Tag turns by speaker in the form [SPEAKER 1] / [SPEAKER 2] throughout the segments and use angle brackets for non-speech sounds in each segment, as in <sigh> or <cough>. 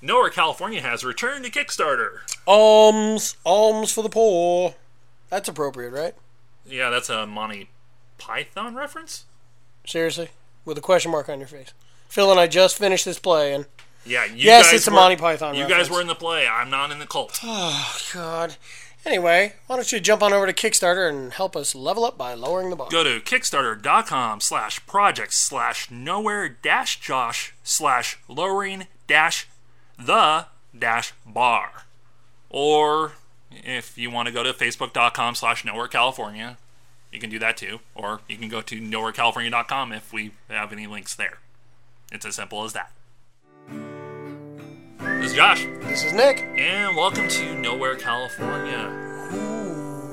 [SPEAKER 1] Nowhere California has returned to Kickstarter.
[SPEAKER 2] Alms, alms for the poor. That's appropriate, right?
[SPEAKER 1] Yeah, that's a Monty Python reference.
[SPEAKER 2] Seriously, with a question mark on your face. Phil and I just finished this play, and
[SPEAKER 1] Yeah, you
[SPEAKER 2] Yes,
[SPEAKER 1] guys
[SPEAKER 2] it's a
[SPEAKER 1] were-
[SPEAKER 2] Monty Python
[SPEAKER 1] You
[SPEAKER 2] reference.
[SPEAKER 1] guys were in the play. I'm not in the cult.
[SPEAKER 2] oh god. Anyway, why don't you jump on over to Kickstarter and help us level up by lowering the bar?
[SPEAKER 1] Go to kickstarter.com slash project slash nowhere dash josh slash lowering dash the dash bar. Or if you want to go to facebook.com slash nowhere California, you can do that too. Or you can go to nowherecalifornia.com if we have any links there. It's as simple as that. This is Josh,
[SPEAKER 2] This is Nick.
[SPEAKER 1] and welcome to Nowhere, California.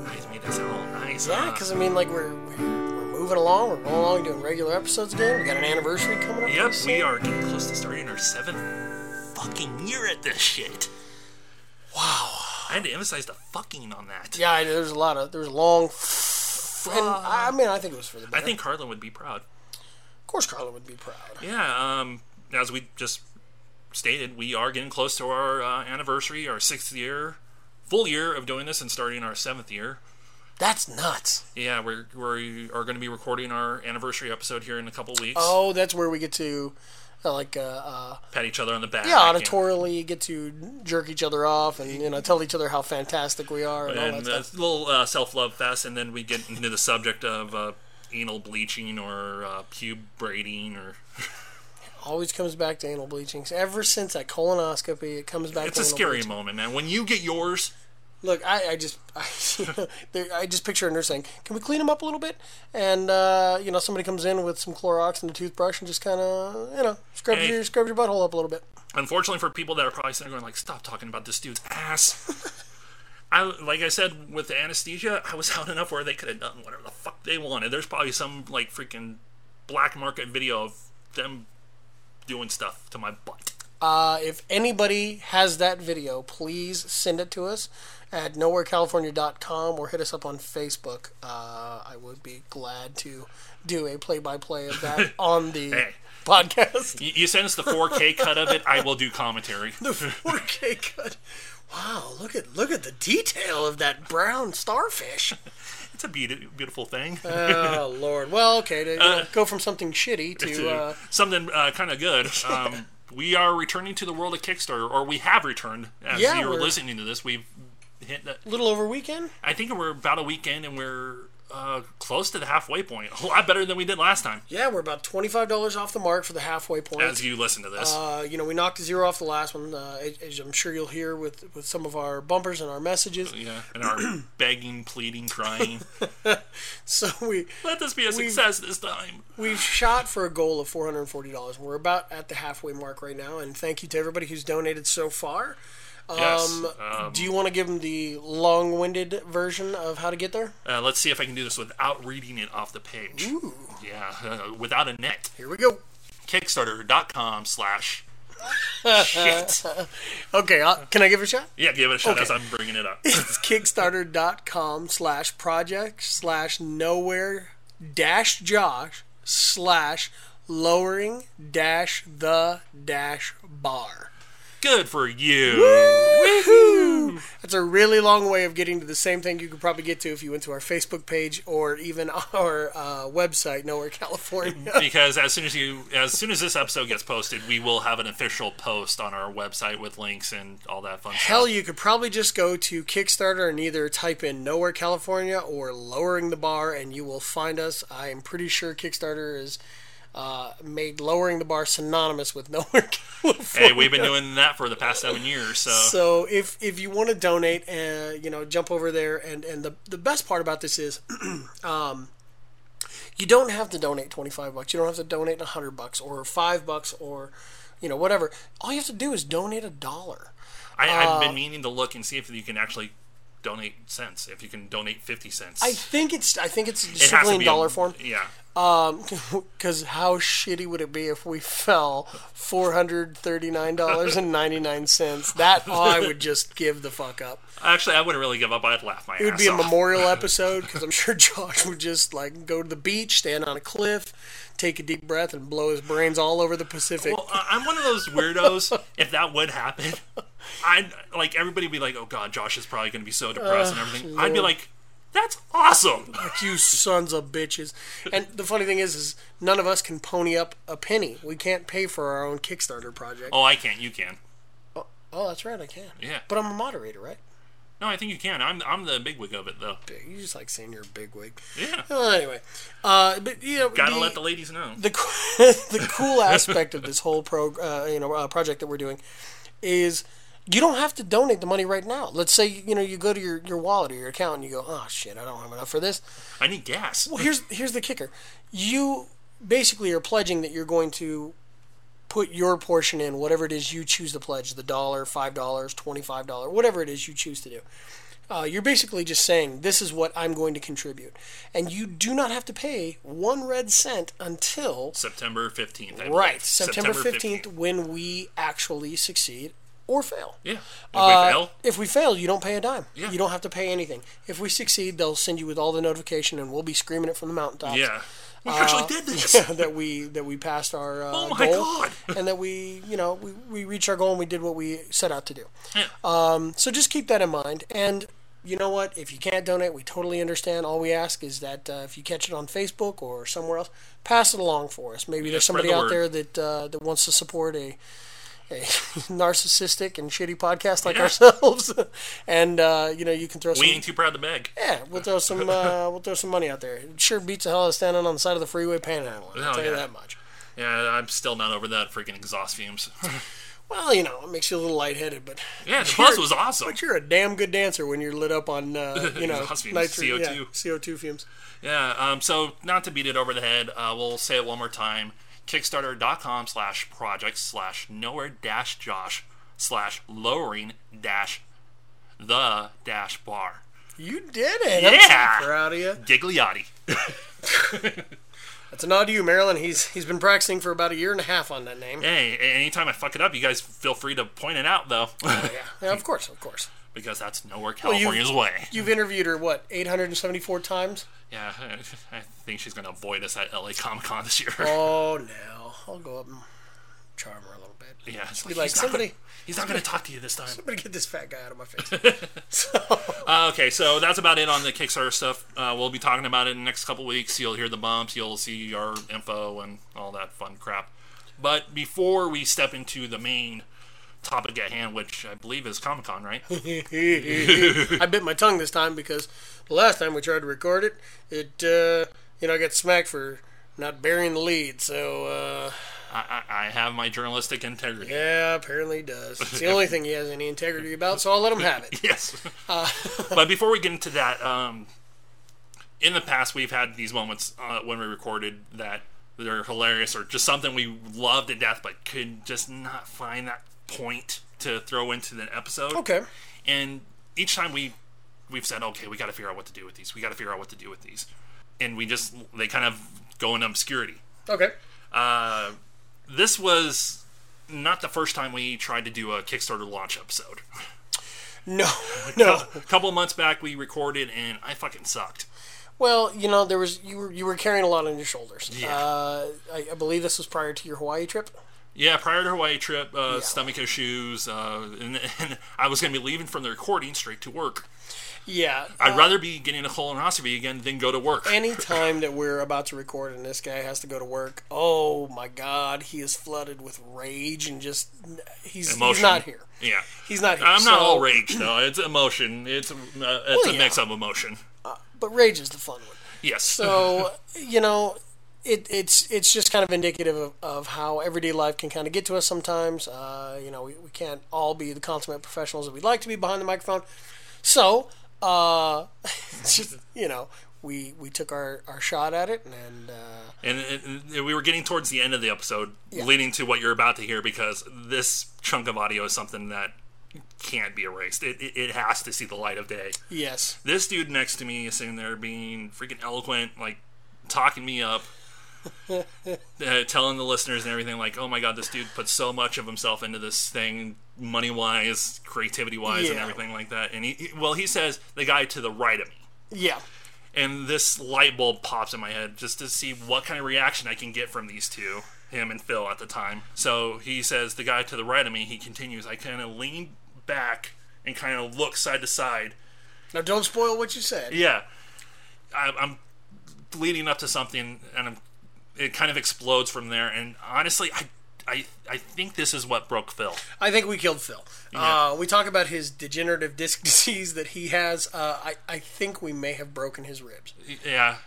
[SPEAKER 1] Guys made that sound all nice.
[SPEAKER 2] Yeah,
[SPEAKER 1] huh?
[SPEAKER 2] because I mean, like we're we're we're moving along, we're rolling along, doing regular episodes again. We got an anniversary coming up.
[SPEAKER 1] Yep,
[SPEAKER 2] pretty soon.
[SPEAKER 1] we are getting close to starting our seventh fucking year at this shit. Wow. I had to emphasize the fucking on that.
[SPEAKER 2] Yeah, I- there's a lot of there's a long. And I I mean, I think it was for the
[SPEAKER 1] I
[SPEAKER 2] better.
[SPEAKER 1] think Carlin would be proud.
[SPEAKER 2] of course, Carla would be proud.
[SPEAKER 1] Yeah, um, as we just stated, we are getting close to our uh, anniversary, our sixth year, full year of doing this and starting our seventh year.
[SPEAKER 2] That's nuts.
[SPEAKER 1] Yeah, we're, we are going to be recording our anniversary episode here in a couple weeks.
[SPEAKER 2] Oh, that's where we get to, uh, like, uh, uh,
[SPEAKER 1] Pat each other on the back.
[SPEAKER 2] yeah,
[SPEAKER 1] and-
[SPEAKER 2] auditorially get to jerk each other off and you know tell each other how fantastic we are and, all
[SPEAKER 1] and
[SPEAKER 2] that
[SPEAKER 1] a
[SPEAKER 2] stuff.
[SPEAKER 1] little uh, self-love fest, and then we get into the subject of uh, anal bleaching or uh, pube braiding, or
[SPEAKER 2] Always comes back to anal bleachings. Ever since that colonoscopy, it comes back.
[SPEAKER 1] it's
[SPEAKER 2] to
[SPEAKER 1] a
[SPEAKER 2] anal
[SPEAKER 1] scary
[SPEAKER 2] bleaching.
[SPEAKER 1] moment, man. When you get yours,
[SPEAKER 2] Look, I, I just, <laughs> I, there, I just picture a nurse saying, "Can we clean him up a little bit?" And uh, you know, somebody comes in with some Clorox and a toothbrush and just kind of, you know, scrub
[SPEAKER 1] Hey.
[SPEAKER 2] your scrub your butthole up a little bit.
[SPEAKER 1] unfortunately for people that are probably sitting there going like, "Stop talking about this dude's ass."
[SPEAKER 2] <laughs>
[SPEAKER 1] I, like I said, with the anesthesia, I was out enough where they could have done whatever the fuck they wanted. There's probably some like freaking black market video of them doing stuff to my butt.
[SPEAKER 2] Uh, if anybody has that video, please send it to us at nowherecalifornia.com or hit us up on Facebook. Uh, I would be glad to do a play by play of that on the
[SPEAKER 1] Hey.
[SPEAKER 2] podcast. <laughs>
[SPEAKER 1] You, you send us the 4K cut of it, I will do commentary. <laughs>
[SPEAKER 2] 4K cut. Wow, look at look at the detail of that brown starfish.
[SPEAKER 1] It's a beauti- beautiful thing.
[SPEAKER 2] oh Lord. Well, okay, to you know, go from something shitty to
[SPEAKER 1] to
[SPEAKER 2] uh,
[SPEAKER 1] something uh, kind of
[SPEAKER 2] <laughs>
[SPEAKER 1] good. Um, we are returning to the world of Kickstarter, or we have returned. As
[SPEAKER 2] Yeah,
[SPEAKER 1] you're
[SPEAKER 2] we're-
[SPEAKER 1] listening to this, we've hit. The,
[SPEAKER 2] little over weekend.
[SPEAKER 1] I think we're about a weekend, and we're uh, close to the halfway point. A lot better than we did last time.
[SPEAKER 2] Yeah, we're about twenty five dollars off the mark for the halfway point.
[SPEAKER 1] As you listen to this,
[SPEAKER 2] Uh, you know, we knocked a zero off the last one, uh, as- as I'm sure you'll hear with, with some of our bumpers and our messages. <laughs>
[SPEAKER 1] yeah, and are
[SPEAKER 2] <clears throat>
[SPEAKER 1] begging, pleading, crying,
[SPEAKER 2] So we
[SPEAKER 1] let this be a success this time.
[SPEAKER 2] we've shot for a goal of $440. We're about at the halfway mark right now, and thank you to everybody who's donated so far.
[SPEAKER 1] yes.
[SPEAKER 2] Um, do you want to give them the long-winded version of how to get there?
[SPEAKER 1] Uh, let's see if I can do this without reading it off the page. Yeah, uh, without a net.
[SPEAKER 2] Here we go.
[SPEAKER 1] Kickstarter.com
[SPEAKER 2] <laughs>
[SPEAKER 1] slash shit.
[SPEAKER 2] Okay, uh, can I give it a shot?
[SPEAKER 1] Yeah, give it a shot as I'm bringing it
[SPEAKER 2] <laughs>
[SPEAKER 1] up.
[SPEAKER 2] It's kickstarter.com slash project slash nowhere dash josh slash lowering dash the dash bar.
[SPEAKER 1] Good for you.
[SPEAKER 2] <laughs> That's a really long way of getting to the same thing you could probably get to if you went to our Facebook page or even <laughs> our uh, website, Nowhere California.
[SPEAKER 1] Because as soon as you, as soon as this episode gets posted, we will have an official post on our website with links and all that fun
[SPEAKER 2] <laughs>
[SPEAKER 1] stuff.
[SPEAKER 2] Hell, you could probably just go to Kickstarter and either type in Nowhere California or Lowering the Bar, and you will find us. I am pretty sure Kickstarter is uh, made Lowering the Bar synonymous with <laughs> Nowhere California.
[SPEAKER 1] Hey, uh, we've been doing that for the past seven years, so,
[SPEAKER 2] Oh So if if you want to donate, uh, you know, jump over there. And and the the best part about this is, <clears throat> um, you don't have to donate twenty five bucks. You don't have to donate hundred bucks or five bucks or, you know, whatever. All you have to do is donate a dollar. uh,
[SPEAKER 1] I, I've been meaning to look and see if you can actually donate cents. If you can donate fifty cents,
[SPEAKER 2] I think it's I think it's
[SPEAKER 1] it has
[SPEAKER 2] strictly
[SPEAKER 1] to
[SPEAKER 2] in
[SPEAKER 1] be
[SPEAKER 2] dollar
[SPEAKER 1] a,
[SPEAKER 2] form.
[SPEAKER 1] Yeah,
[SPEAKER 2] <laughs> Because Um, how shitty would it be if we fell four hundred thirty nine dollars and ninety nine cents? That I would just give the fuck up.
[SPEAKER 1] actually, I wouldn't really give up. I'd laugh my
[SPEAKER 2] It would
[SPEAKER 1] ass
[SPEAKER 2] be a
[SPEAKER 1] off.
[SPEAKER 2] memorial episode because I'm sure <laughs> Josh would just like go to the beach, stand on a cliff, take a deep breath, and blow his brains all over the Pacific.
[SPEAKER 1] Well, I- I'm one of those
[SPEAKER 2] <laughs>
[SPEAKER 1] weirdos. if that would happen, I like everybody would be like, "Oh God, Josh is probably going to be so depressed and everything." I'd be like, "That's awesome."
[SPEAKER 2] you sons of bitches. And the funny thing is, is none of us can pony up a penny. We can't pay for our own Kickstarter project. Oh,
[SPEAKER 1] Oh, I can. You can.
[SPEAKER 2] that's right, I can.
[SPEAKER 1] Yeah.
[SPEAKER 2] But I'm a moderator, right?
[SPEAKER 1] No, I think you can. I'm I'm the bigwig of it though.
[SPEAKER 2] You just like saying you're a bigwig.
[SPEAKER 1] Yeah.
[SPEAKER 2] Well, anyway, uh, but you know,
[SPEAKER 1] Gotta let the ladies know.
[SPEAKER 2] the co- the cool <laughs> aspect of this whole pro uh, you know uh, project that we're doing is you don't have to donate the money right now. Let's say you know you go to your, your wallet or your account and you go, oh shit, I don't have enough for this.
[SPEAKER 1] I need gas.
[SPEAKER 2] Well, here's here's the kicker: you basically are pledging that you're going to put your portion in, whatever it is you choose to pledge—the dollar, five dollars, twenty-five dollar, whatever it is you choose to do. Uh, you're basically just saying this is what I'm going to contribute, and you do not have to pay one red cent until
[SPEAKER 1] September 15th. I believe.
[SPEAKER 2] Right, September fifteenth, when we actually succeed or fail.
[SPEAKER 1] Yeah. If
[SPEAKER 2] Uh,
[SPEAKER 1] we fail,
[SPEAKER 2] If we fail, you don't pay a dime.
[SPEAKER 1] Yeah.
[SPEAKER 2] You don't have to pay anything. If we succeed, they'll send you with all the notification, and we'll be screaming it from the mountaintops.
[SPEAKER 1] yeah. We actually did this.
[SPEAKER 2] <laughs> that we that we passed our uh,
[SPEAKER 1] Oh my
[SPEAKER 2] goal,
[SPEAKER 1] God.
[SPEAKER 2] and that we you know we, we reached our goal and we did what we set out to do. Um,
[SPEAKER 1] Yeah.
[SPEAKER 2] Uh, So just keep that in mind. And you know what? If you can't donate, we totally understand. All we ask is that uh, if you catch it on Facebook or somewhere else, pass it along for us. Maybe there's
[SPEAKER 1] spread
[SPEAKER 2] somebody
[SPEAKER 1] the
[SPEAKER 2] out
[SPEAKER 1] word.
[SPEAKER 2] there that uh, that wants to support a. A <laughs> narcissistic and shitty podcast like ourselves, <laughs> and uh, you know you can throw some
[SPEAKER 1] we ain't too proud to beg.
[SPEAKER 2] yeah we'll throw
[SPEAKER 1] <laughs>
[SPEAKER 2] some uh, we'll throw some money out there. It sure beats the hell out of standing on the side of the freeway panhandling. I'll
[SPEAKER 1] Oh,
[SPEAKER 2] tell you
[SPEAKER 1] yeah.
[SPEAKER 2] that much.
[SPEAKER 1] Yeah, I'm still not over that freaking exhaust fumes. <laughs>
[SPEAKER 2] Well, you know it makes you a little lightheaded, but
[SPEAKER 1] yeah, the
[SPEAKER 2] You're-
[SPEAKER 1] buzz was awesome.
[SPEAKER 2] But you're a damn good dancer when you're lit up
[SPEAKER 1] <laughs>
[SPEAKER 2] on, uh, you know,
[SPEAKER 1] Exhaust fumes,
[SPEAKER 2] nitro,
[SPEAKER 1] CO2.
[SPEAKER 2] yeah, CO2 fumes.
[SPEAKER 1] Yeah, um, so not to beat it over the head, uh, we'll say it one more time. Kickstarter.com slash project slash nowhere dash Josh slash lowering dash the dash bar.
[SPEAKER 2] You did it. I'm
[SPEAKER 1] Yeah.
[SPEAKER 2] so proud of you.
[SPEAKER 1] Gigliotti.
[SPEAKER 2] That's a nod to you, Marilyn. He's he's been practicing for about a year and a half on that name.
[SPEAKER 1] Hey, a- anytime I fuck it up, you guys feel free to point it out, <laughs> though,
[SPEAKER 2] Yeah, yeah of course, of course.
[SPEAKER 1] because that's nowhere
[SPEAKER 2] you-
[SPEAKER 1] California's way.
[SPEAKER 2] You've interviewed her what
[SPEAKER 1] <laughs>
[SPEAKER 2] 874 times?
[SPEAKER 1] Yeah, I I think she's going to avoid us at LA Comic Con this year.
[SPEAKER 2] Oh no, I'll go up and charm her a little
[SPEAKER 1] <laughs>
[SPEAKER 2] bit.
[SPEAKER 1] yeah, it's
[SPEAKER 2] like,
[SPEAKER 1] he's not gonna-
[SPEAKER 2] somebody-
[SPEAKER 1] he's not going to talk to you this time.
[SPEAKER 2] I'm gonna get this fat guy out of my face. so,
[SPEAKER 1] Uh, okay, so that's about it on the Kickstarter stuff. Uh, we'll be talking about it in the next couple weeks. You'll hear the bumps, you'll see our info and all that fun crap. But before we step into the main topic at hand, which I believe is Comic Con,
[SPEAKER 2] <laughs>
[SPEAKER 1] right?
[SPEAKER 2] I bit my tongue this time because the last time we tried to record it, it uh, you know I got smacked for not burying the lead. So. Uh,
[SPEAKER 1] I, I, I have my journalistic integrity.
[SPEAKER 2] Yeah, apparently he does. It's the only thing he has any integrity about, so I'll let him have it.
[SPEAKER 1] <laughs> Yes.
[SPEAKER 2] Uh, <laughs>
[SPEAKER 1] but before we get into that, um, in the past we've had these moments uh, when we recorded that they're hilarious or just something we love to death but could just not find that point to throw into the episode.
[SPEAKER 2] Okay.
[SPEAKER 1] And each time we we've said, okay, we got to figure out what to do with these. We got to figure out what to do with these, and we just they kind of go in obscurity.
[SPEAKER 2] Okay.
[SPEAKER 1] Uh, this was not the first time we tried to do a Kickstarter launch episode.
[SPEAKER 2] No, <laughs> no.
[SPEAKER 1] a couple months back, we recorded, and I fucking sucked.
[SPEAKER 2] Well, you know, there was you were you were carrying a lot on your shoulders.
[SPEAKER 1] Yeah.
[SPEAKER 2] Uh, I, I believe this was prior to your Hawaii trip.
[SPEAKER 1] Yeah, prior to Hawaii trip, uh, stomach issues, uh, and, and I was gonna be leaving from the recording straight to work.
[SPEAKER 2] Yeah.
[SPEAKER 1] I'd rather be getting a colonoscopy again than go to work.
[SPEAKER 2] Any time that we're about to record and this guy has to go to work, oh my God, he is flooded with rage and just he's, he's
[SPEAKER 1] Emotion.
[SPEAKER 2] not here.
[SPEAKER 1] Yeah,
[SPEAKER 2] He's not here.
[SPEAKER 1] I'm not
[SPEAKER 2] so-
[SPEAKER 1] all rage though. It's emotion. It's uh, it's a
[SPEAKER 2] yeah.
[SPEAKER 1] mix of emotion.
[SPEAKER 2] But rage is the fun one.
[SPEAKER 1] Yes. <laughs>
[SPEAKER 2] So you know, it, it's it's just kind of indicative of, of how everyday life can kind of get to us sometimes. Uh, you know, we, we can't all be the consummate professionals that we'd like to be behind the microphone. So uh, <laughs> it's just, you know, we we took our, our shot at it, and uh,
[SPEAKER 1] and, and- and we were getting towards the end of the episode, leading to what you're about to hear because this chunk of audio is something that can't be erased. It, it, it has to see the light of day.
[SPEAKER 2] Yes.
[SPEAKER 1] This dude next to me is sitting there being freaking eloquent, like talking me up, uh, telling the listeners and everything, like, oh my god, this dude put so much of himself into this thing, money wise, creativity wise, and
[SPEAKER 2] Yeah.
[SPEAKER 1] everything like that. And he, he- well, he says the guy to the right of me.
[SPEAKER 2] Yeah.
[SPEAKER 1] And this light bulb pops in my head just to see what kind of reaction I can get from these two, him and Phil at the time. So he says, the guy to the right of me, he continues, I kind of lean back and kind of look side to side
[SPEAKER 2] Now don't spoil what you said.
[SPEAKER 1] yeah, I, I'm leading up to something, and I'm, it kind of explodes from there. And honestly, I, I, I think this is what broke Phil.
[SPEAKER 2] I think we killed Phil. Uh, we talk about his degenerative disc <laughs> disease that he has. Uh, I, I think we may have broken his ribs.
[SPEAKER 1] Yeah,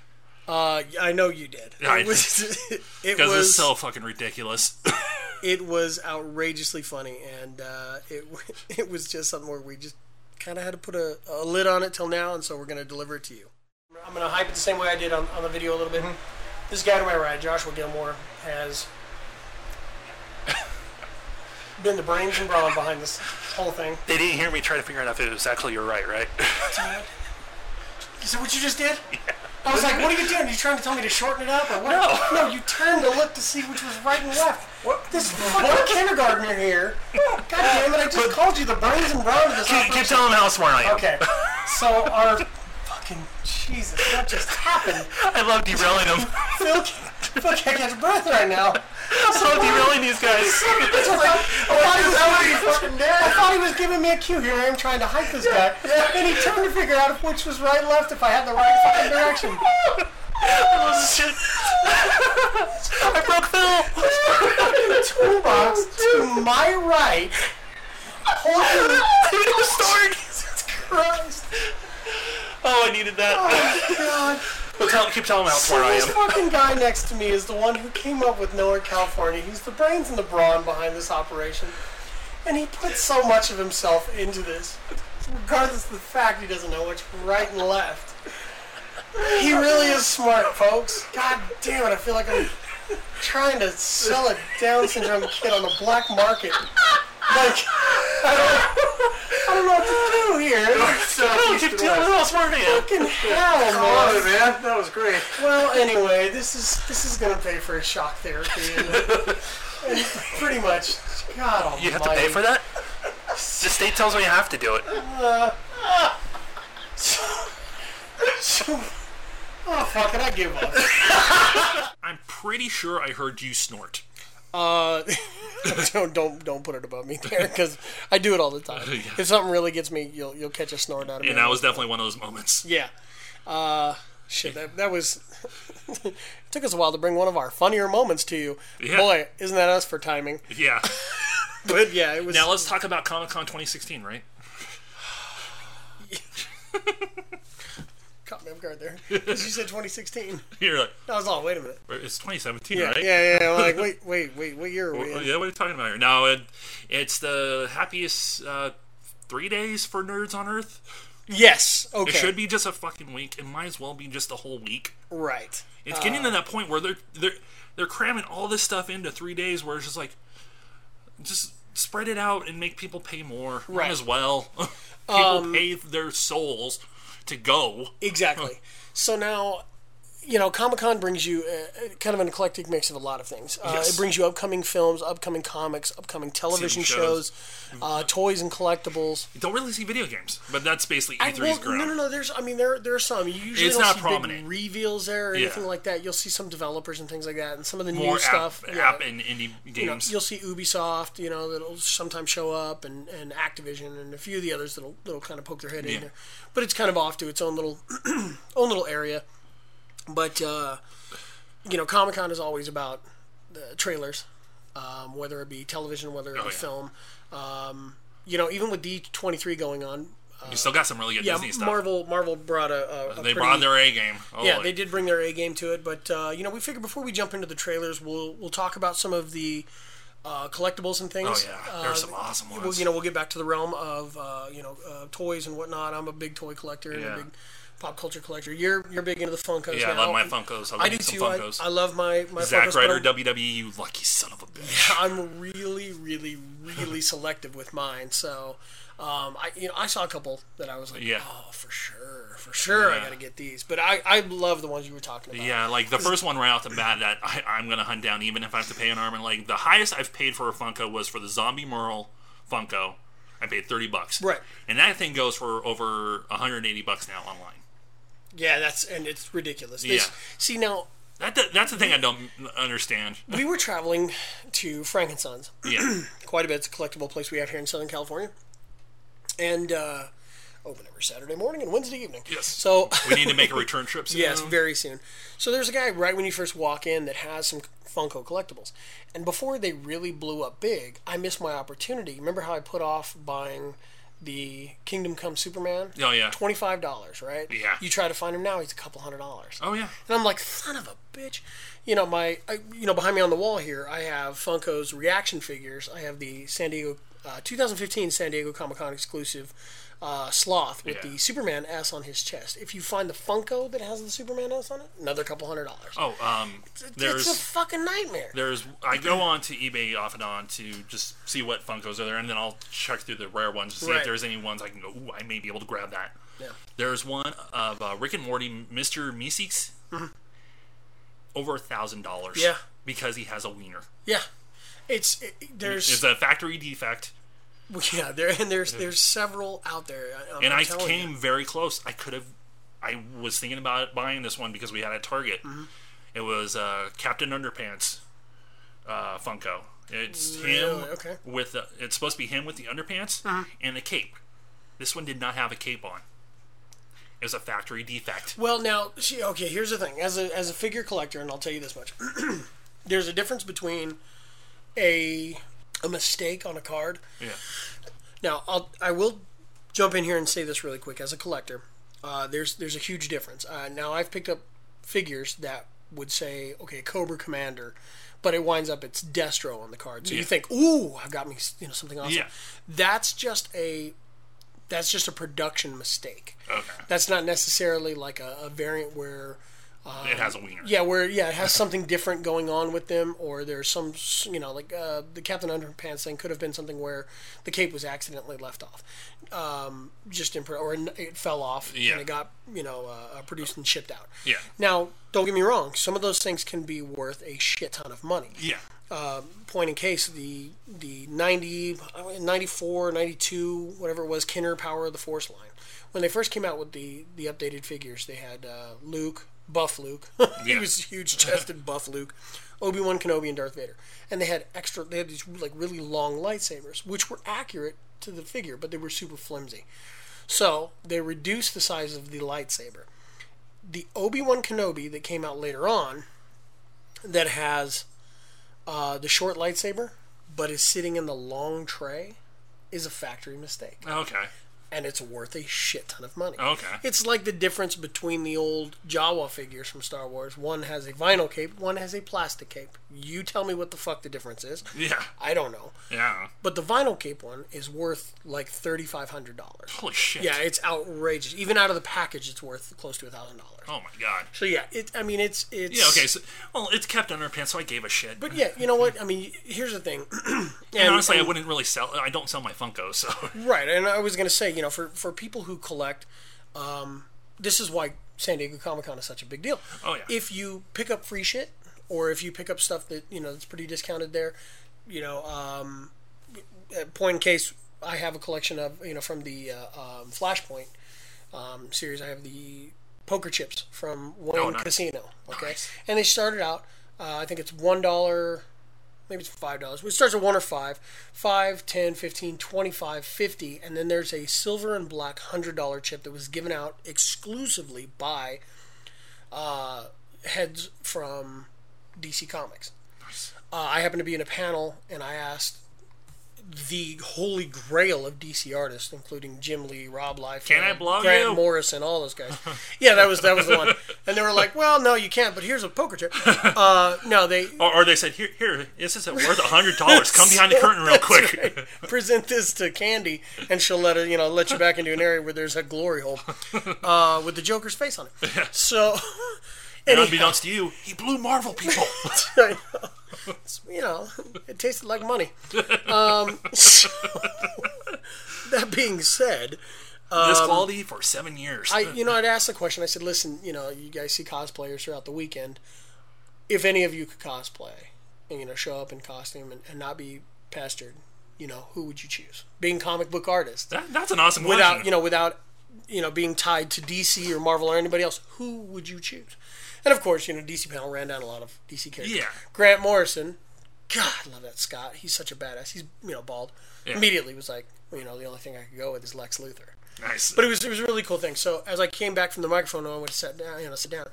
[SPEAKER 2] Uh, I know you did.
[SPEAKER 1] I
[SPEAKER 2] it was, <laughs> it,
[SPEAKER 1] because it's
[SPEAKER 2] was
[SPEAKER 1] so fucking ridiculous. <laughs>
[SPEAKER 2] it was outrageously funny, and uh, it <laughs> it was just something where we just kind of had to put a, a lid on it till now, and so we're going to deliver it to you. I'm going to hype it the same way I did on, on the video a little bit. This guy to my right, Joshua Gilmore, has <laughs> been the brains and brawn behind this whole thing.
[SPEAKER 1] they didn't hear me try to figure out if it was actually your right, right?
[SPEAKER 2] Is that what you just did? I was like, what are you doing? Are you trying to tell me to shorten it up or what? No, you turned to look to see which was right and left. What? This fucking kindergartner here. God damn it, I just called you the brains and brawn of this whole
[SPEAKER 1] Keep telling them how smart I am.
[SPEAKER 2] Okay, so our fucking Jesus, what just happened?
[SPEAKER 1] I love derailing <laughs> them.
[SPEAKER 2] Phil, can't- Phil can't catch his breath right now.
[SPEAKER 1] I love derailing these <laughs> guys.
[SPEAKER 2] That's what I, I thought he was I thought he was giving me a cue. Here I am trying to hype this guy, and he turned to figure out if which was right, left, if I had the right fucking direction.
[SPEAKER 1] Oh, Shit. <laughs> I broke Phil.
[SPEAKER 2] toolbox to my right. Holy Christ!
[SPEAKER 1] Oh, I needed that.
[SPEAKER 2] God.
[SPEAKER 1] But tell, keep telling them how smart I
[SPEAKER 2] This
[SPEAKER 1] <laughs> am.
[SPEAKER 2] fucking guy next to me is the one who came up with Northern California. He's the brains and the brawn behind this operation. And he put so much of himself into this, regardless of the fact he doesn't know what's right and left. He really is smart, folks. God damn it, I feel like I'm trying to sell a Down syndrome kid on the black market. Like, I don't, I don't know what to do here.
[SPEAKER 1] Oh, keep telling them how smart I am.
[SPEAKER 2] Fucking hell, man.
[SPEAKER 3] man. That was great.
[SPEAKER 2] Well, anyway, this is this is gonna pay for his shock therapy,
[SPEAKER 3] <laughs>
[SPEAKER 2] and, and pretty much. God almighty.
[SPEAKER 1] You have to pay for <laughs> that? The state tells me you have to do it.
[SPEAKER 2] <laughs> Oh fuck it, I
[SPEAKER 1] <laughs>
[SPEAKER 2] give up.
[SPEAKER 1] I'm pretty sure I heard you snort.
[SPEAKER 2] Uh, <laughs> don't don't don't put it above me there, because I do it all
[SPEAKER 1] <laughs>
[SPEAKER 2] the time. If something really gets me, you'll you'll catch a snort out of me.
[SPEAKER 1] And that was definitely one of those moments.
[SPEAKER 2] yeah. Uh, shit, that that was. <laughs> it took us a while to bring one of our funnier moments to you.
[SPEAKER 1] Yeah.
[SPEAKER 2] Boy, isn't that us for timing?
[SPEAKER 1] <laughs> Yeah.
[SPEAKER 2] But yeah, it was.
[SPEAKER 1] Now let's talk about Comic Con 2016, right?
[SPEAKER 2] caught me off guard there. 'Cause you said 2016.
[SPEAKER 1] You're like,
[SPEAKER 2] I was all. Wait a minute.
[SPEAKER 1] it's 2017,
[SPEAKER 2] Yeah,
[SPEAKER 1] right? Oh,
[SPEAKER 2] yeah, yeah. I'm like, <laughs> wait, wait, wait. What year are we in?
[SPEAKER 1] Yeah, what are you talking about here? No, it, it's the happiest uh, three days for nerds on Earth.
[SPEAKER 2] Yes. Okay.
[SPEAKER 1] It should be just a fucking week. It might as well be just a whole week.
[SPEAKER 2] Right.
[SPEAKER 1] It's getting
[SPEAKER 2] Uh.
[SPEAKER 1] to that point where they're they're they're cramming all this stuff into three days, where it's just like, just spread it out and make people pay more. Might
[SPEAKER 2] Right. Um,
[SPEAKER 1] as well. <laughs> people pay their souls to go.
[SPEAKER 2] Exactly. so now, you know, Comic Con brings you uh kind of an eclectic mix of a lot of things. Uh,
[SPEAKER 1] Yes.
[SPEAKER 2] It brings you upcoming films, upcoming comics, upcoming television
[SPEAKER 1] TV shows.
[SPEAKER 2] shows,
[SPEAKER 1] Mm-hmm.
[SPEAKER 2] uh, toys and collectibles.
[SPEAKER 1] You don't really see video games, but that's basically E3's
[SPEAKER 2] Well,
[SPEAKER 1] ground.
[SPEAKER 2] no, no, no. There's, I mean, there, there are some. You usually
[SPEAKER 1] It's
[SPEAKER 2] don't
[SPEAKER 1] not
[SPEAKER 2] see big
[SPEAKER 1] prominent.
[SPEAKER 2] reveals there or
[SPEAKER 1] Yeah.
[SPEAKER 2] anything like that. You'll see some developers and things like that, and some of the
[SPEAKER 1] More
[SPEAKER 2] new
[SPEAKER 1] app,
[SPEAKER 2] stuff. yeah.
[SPEAKER 1] app and indie
[SPEAKER 2] you know,
[SPEAKER 1] games.
[SPEAKER 2] you'll see Ubisoft, you know, that'll sometimes show up, and, and Activision, and a few of the others that'll that'll kind of poke their head in
[SPEAKER 1] Yeah.
[SPEAKER 2] there. But it's kind of off to its own little <clears throat> own little area. But uh, you know, Comic Con is always about the trailers, um, whether it be television, whether it be
[SPEAKER 1] Oh, yeah.
[SPEAKER 2] film. Um, you know, even with D twenty three going on, uh,
[SPEAKER 1] you still got some really good
[SPEAKER 2] yeah,
[SPEAKER 1] Disney stuff.
[SPEAKER 2] Marvel Marvel brought a, a, a
[SPEAKER 1] they
[SPEAKER 2] pretty,
[SPEAKER 1] brought their A game. Oh,
[SPEAKER 2] yeah, they did bring their A game to it, but uh, you know, we figured before we jump into the trailers, we'll we'll talk about some of the uh, collectibles and
[SPEAKER 1] Oh
[SPEAKER 2] things.
[SPEAKER 1] yeah,
[SPEAKER 2] Uh,
[SPEAKER 1] there's some awesome ones.
[SPEAKER 2] well, you know, we'll get back to the realm of uh, you know uh, toys and whatnot. I'm a big toy collector and
[SPEAKER 1] Yeah.
[SPEAKER 2] a big pop culture collector. You're you're big into the Funkos.
[SPEAKER 1] Yeah, I love
[SPEAKER 2] now.
[SPEAKER 1] my Funkos. I love
[SPEAKER 2] I
[SPEAKER 1] me
[SPEAKER 2] do
[SPEAKER 1] some
[SPEAKER 2] too. I,
[SPEAKER 1] Funkos.
[SPEAKER 2] I love my my
[SPEAKER 1] Zack
[SPEAKER 2] Funkos, but
[SPEAKER 1] Ryder,
[SPEAKER 2] I'm-
[SPEAKER 1] WWE, you lucky son of a bitch.
[SPEAKER 2] <laughs> I'm really, really, really selective with mine. So, um, I you know I saw a couple that I was like,
[SPEAKER 1] Yeah.
[SPEAKER 2] oh, for sure, for sure, I
[SPEAKER 1] Yeah.
[SPEAKER 2] gotta get these. But I, I love the ones you were talking about.
[SPEAKER 1] Yeah, like the first one right off the bat that I, I'm gonna hunt down, even if I have to pay an arm and leg. The highest I've paid for a Funko was for the Zombie Merle Funko. I paid thirty bucks.
[SPEAKER 2] Right.
[SPEAKER 1] and that thing goes for over 180 bucks now online.
[SPEAKER 2] Yeah, that's and it's ridiculous. They
[SPEAKER 1] Yeah.
[SPEAKER 2] s- see now
[SPEAKER 1] That, that that's the thing I don't understand.
[SPEAKER 2] we were traveling to Frankenson's <coughs>
[SPEAKER 1] Yeah,
[SPEAKER 2] <clears throat> quite a bit. It's a collectible place we have here in Southern California, and uh, open every Saturday morning and Wednesday evening.
[SPEAKER 1] Yes.
[SPEAKER 2] So
[SPEAKER 1] we need to make a return trip. Soon.
[SPEAKER 2] <laughs> Yes, very soon. So there's a guy right when you first walk in that has some Funko collectibles, and before they really blew up big, I missed my opportunity. Remember how I put off buying the Kingdom Come Superman?
[SPEAKER 1] Oh yeah.
[SPEAKER 2] Twenty five dollars, right?
[SPEAKER 1] Yeah.
[SPEAKER 2] You try to find him now, he's a couple hundred dollars.
[SPEAKER 1] Oh yeah.
[SPEAKER 2] And I'm like, son of a bitch. You know, my, I, you know, behind me on the wall here, I have Funko's reaction figures. I have the San Diego, uh, 2015 San Diego Comic Con exclusive uh, sloth with
[SPEAKER 1] Yeah.
[SPEAKER 2] the Superman S on his chest. If you find the Funko that has the Superman S on it, another couple hundred dollars.
[SPEAKER 1] Oh um. There's
[SPEAKER 2] it's a fucking nightmare.
[SPEAKER 1] there's I go on to eBay off and on to just see what Funkos are there, and then I'll check through the rare ones to see
[SPEAKER 2] Right.
[SPEAKER 1] if there's any ones I can go. Ooh, I may be able to grab that.
[SPEAKER 2] Yeah.
[SPEAKER 1] There's one of uh, Rick and Morty, Mr. Meeseeks, over a thousand dollars.
[SPEAKER 2] Mm-hmm. Yeah.
[SPEAKER 1] because he has a wiener.
[SPEAKER 2] Yeah. It's it, it- there's
[SPEAKER 1] It's a factory defect,
[SPEAKER 2] <laughs> yeah there and there's there's several out there. I- I'm
[SPEAKER 1] and I
[SPEAKER 2] telling
[SPEAKER 1] came
[SPEAKER 2] you.
[SPEAKER 1] very close. I could have. I was thinking about buying this one because we had a Target.
[SPEAKER 2] Mm-hmm.
[SPEAKER 1] It was uh, Captain Underpants uh, Funko. It's him
[SPEAKER 2] Really? Okay. Uh-huh.
[SPEAKER 1] with the, it's supposed to be him with the underpants and a cape. This one did not have a cape on. It was a factory defect.
[SPEAKER 2] Well, now, see, okay, here's the thing. As a, as a figure collector, and I'll tell you this much, <clears throat> there's a difference between a a mistake on a card.
[SPEAKER 1] Yeah.
[SPEAKER 2] Now, I'll, I will jump in here and say this really quick. As a collector, uh, there's there's a huge difference. Uh, now, I've picked up figures that would say, okay, Cobra Commander, but it winds up it's Destro on the card. So you
[SPEAKER 1] Yeah.
[SPEAKER 2] think, ooh, I've got me, s- you know, something awesome.
[SPEAKER 1] Yeah.
[SPEAKER 2] That's just a that's just a production mistake.
[SPEAKER 1] Okay.
[SPEAKER 2] That's not necessarily like a, a variant where,
[SPEAKER 1] it has a wiener.
[SPEAKER 2] yeah, where yeah, it has something different going on with them, or there's some, s- you know, like uh, the Captain Underpants thing could have been something where the cape was accidentally left off, um, just in pro- or n- it fell off
[SPEAKER 1] Yeah.
[SPEAKER 2] and it got you know uh, uh, produced and shipped out.
[SPEAKER 1] Yeah.
[SPEAKER 2] Now, don't get me wrong, some of those things can be worth a shit ton of money
[SPEAKER 1] Yeah.
[SPEAKER 2] point in case the the 90 uh, 94 92 whatever it was Kenner Power of the Force line when they first came out with the the updated figures they had uh, Luke buff Luke <laughs> he
[SPEAKER 1] Yeah.
[SPEAKER 2] was huge chested buff Luke Obi-Wan Kenobi and Darth Vader and they had extra they had these like really long lightsabers which were accurate to the figure but they were super flimsy so they reduced the size of the lightsaber the Obi-Wan Kenobi that came out later on that has uh, the short lightsaber, but is sitting in the long tray, is a factory mistake,
[SPEAKER 1] Okay.
[SPEAKER 2] and it's worth a shit ton of money.
[SPEAKER 1] Okay.
[SPEAKER 2] It's like the difference between the old Jawa figures from Star Wars. One has a vinyl cape, one has a plastic cape. You tell me what the fuck the difference is.
[SPEAKER 1] Yeah.
[SPEAKER 2] I don't know.
[SPEAKER 1] Yeah.
[SPEAKER 2] But the vinyl cape one is worth like thirty five hundred dollars.
[SPEAKER 1] Holy shit.
[SPEAKER 2] Yeah, it's outrageous. Even out of the package, it's worth close to a thousand dollars.
[SPEAKER 1] Oh my god.
[SPEAKER 2] So yeah, it. I mean, it's it's.
[SPEAKER 1] Yeah. Okay. So, well, it's kept underpants, so I gave a shit.
[SPEAKER 2] But yeah, you know what? I mean, here's the thing. <clears throat> and,
[SPEAKER 1] and honestly, I wouldn't really sell. I don't sell my Funko, so
[SPEAKER 2] Right, and I was going to say, you know, for for people who collect, um, this is why San Diego Comic Con is such a big deal.
[SPEAKER 1] Oh, yeah.
[SPEAKER 2] If you pick up free shit, or if you pick up stuff that you know that's pretty discounted there, you know, um, at point in case I have a collection of you know from the uh, um, Flashpoint um, series, I have the poker chips from Wayne
[SPEAKER 1] Oh, nice.
[SPEAKER 2] Casino. Okay,
[SPEAKER 1] Nice.
[SPEAKER 2] and they started out. Uh, I think it's one dollar maybe it's five dollars it starts at one or five five ten fifteen twenty five fifty and then there's a silver and black hundred dollar chip that was given out exclusively by uh, heads from dc comics uh, i happened to be in a panel and i asked the holy grail of DC artists, including Jim Lee, Rob Liefeld,
[SPEAKER 1] Can I blow
[SPEAKER 2] Grant
[SPEAKER 1] you?
[SPEAKER 2] Morrison, all
[SPEAKER 1] <laughs>
[SPEAKER 2] those guys. yeah, that was that was the one. And they were like, "Well, no, you can't." But here's a
[SPEAKER 1] <laughs>
[SPEAKER 2] poker chip. Uh, no, they
[SPEAKER 1] Or, or they said, here, here, this isn't worth hundred dollars. Come behind the curtain
[SPEAKER 2] <laughs>
[SPEAKER 1] real quick.
[SPEAKER 2] present this to Candy, and she'll let her, you know, let you back into an area where there's a glory hole uh, with the Joker's face on it. So, <laughs>
[SPEAKER 1] And unbeknownst to you, he blew Marvel people. <laughs>
[SPEAKER 2] I know. It's, you know, it tasted like money. Um, so, <laughs> that being said,
[SPEAKER 1] this quality for seven years.
[SPEAKER 2] Um, I you know I'd asked the question. I said, listen, you know, you guys see cosplayers throughout the weekend. If any of you could cosplay, and you know, show up in costume and, and not be pestered, you know, who would you choose? Being comic book artist
[SPEAKER 1] That- that's an awesome
[SPEAKER 2] without
[SPEAKER 1] question.
[SPEAKER 2] you know without you know being tied to DC or Marvel or anybody else, who would you choose? And of course, you know DC panel ran down a lot of DC characters.
[SPEAKER 1] Yeah.
[SPEAKER 2] Grant Morrison, God, I love that Scott. He's such a badass. He's you know bald. Immediately was like, you know, the only thing I could go with is Lex Luthor.
[SPEAKER 1] nice.
[SPEAKER 2] But it was it was a really cool thing. So as I came back from the microphone and I went to sit down, you know, sit down,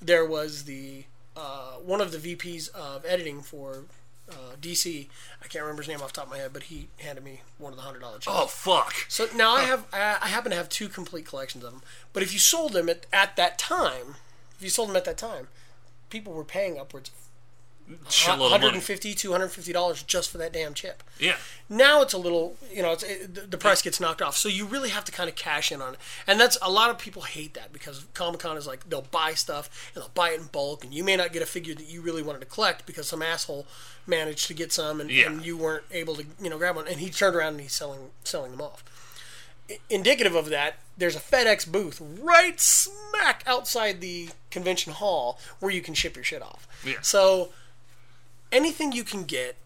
[SPEAKER 2] there was the uh, one of the VPs of editing for uh, DC. I can't remember his name off the top of my head, but he handed me one of the hundred dollar checks.
[SPEAKER 1] oh fuck.
[SPEAKER 2] So now
[SPEAKER 1] Oh.
[SPEAKER 2] I have I I happen to have two complete collections of them. But if you sold them at, at that time, if you sold them at that time, people were paying upwards of
[SPEAKER 1] Shitload of money.
[SPEAKER 2] 150 250 dollars just for that damn chip.
[SPEAKER 1] Yeah.
[SPEAKER 2] Now it's a little, you know, it's, it, the- the price gets knocked off. So you really have to kind of cash in on it. And that's a lot of people hate that because Comic Con is like they'll buy stuff and they'll buy it in bulk, and you may not get a figure that you really wanted to collect because some asshole managed to get some and,
[SPEAKER 1] Yeah.
[SPEAKER 2] and you weren't able to, you know, grab one. And he turned around and he's selling selling them off. I- indicative of that, there's a FedEx booth right smack outside the convention hall where you can ship your shit off.
[SPEAKER 1] Yeah.
[SPEAKER 2] So anything you can get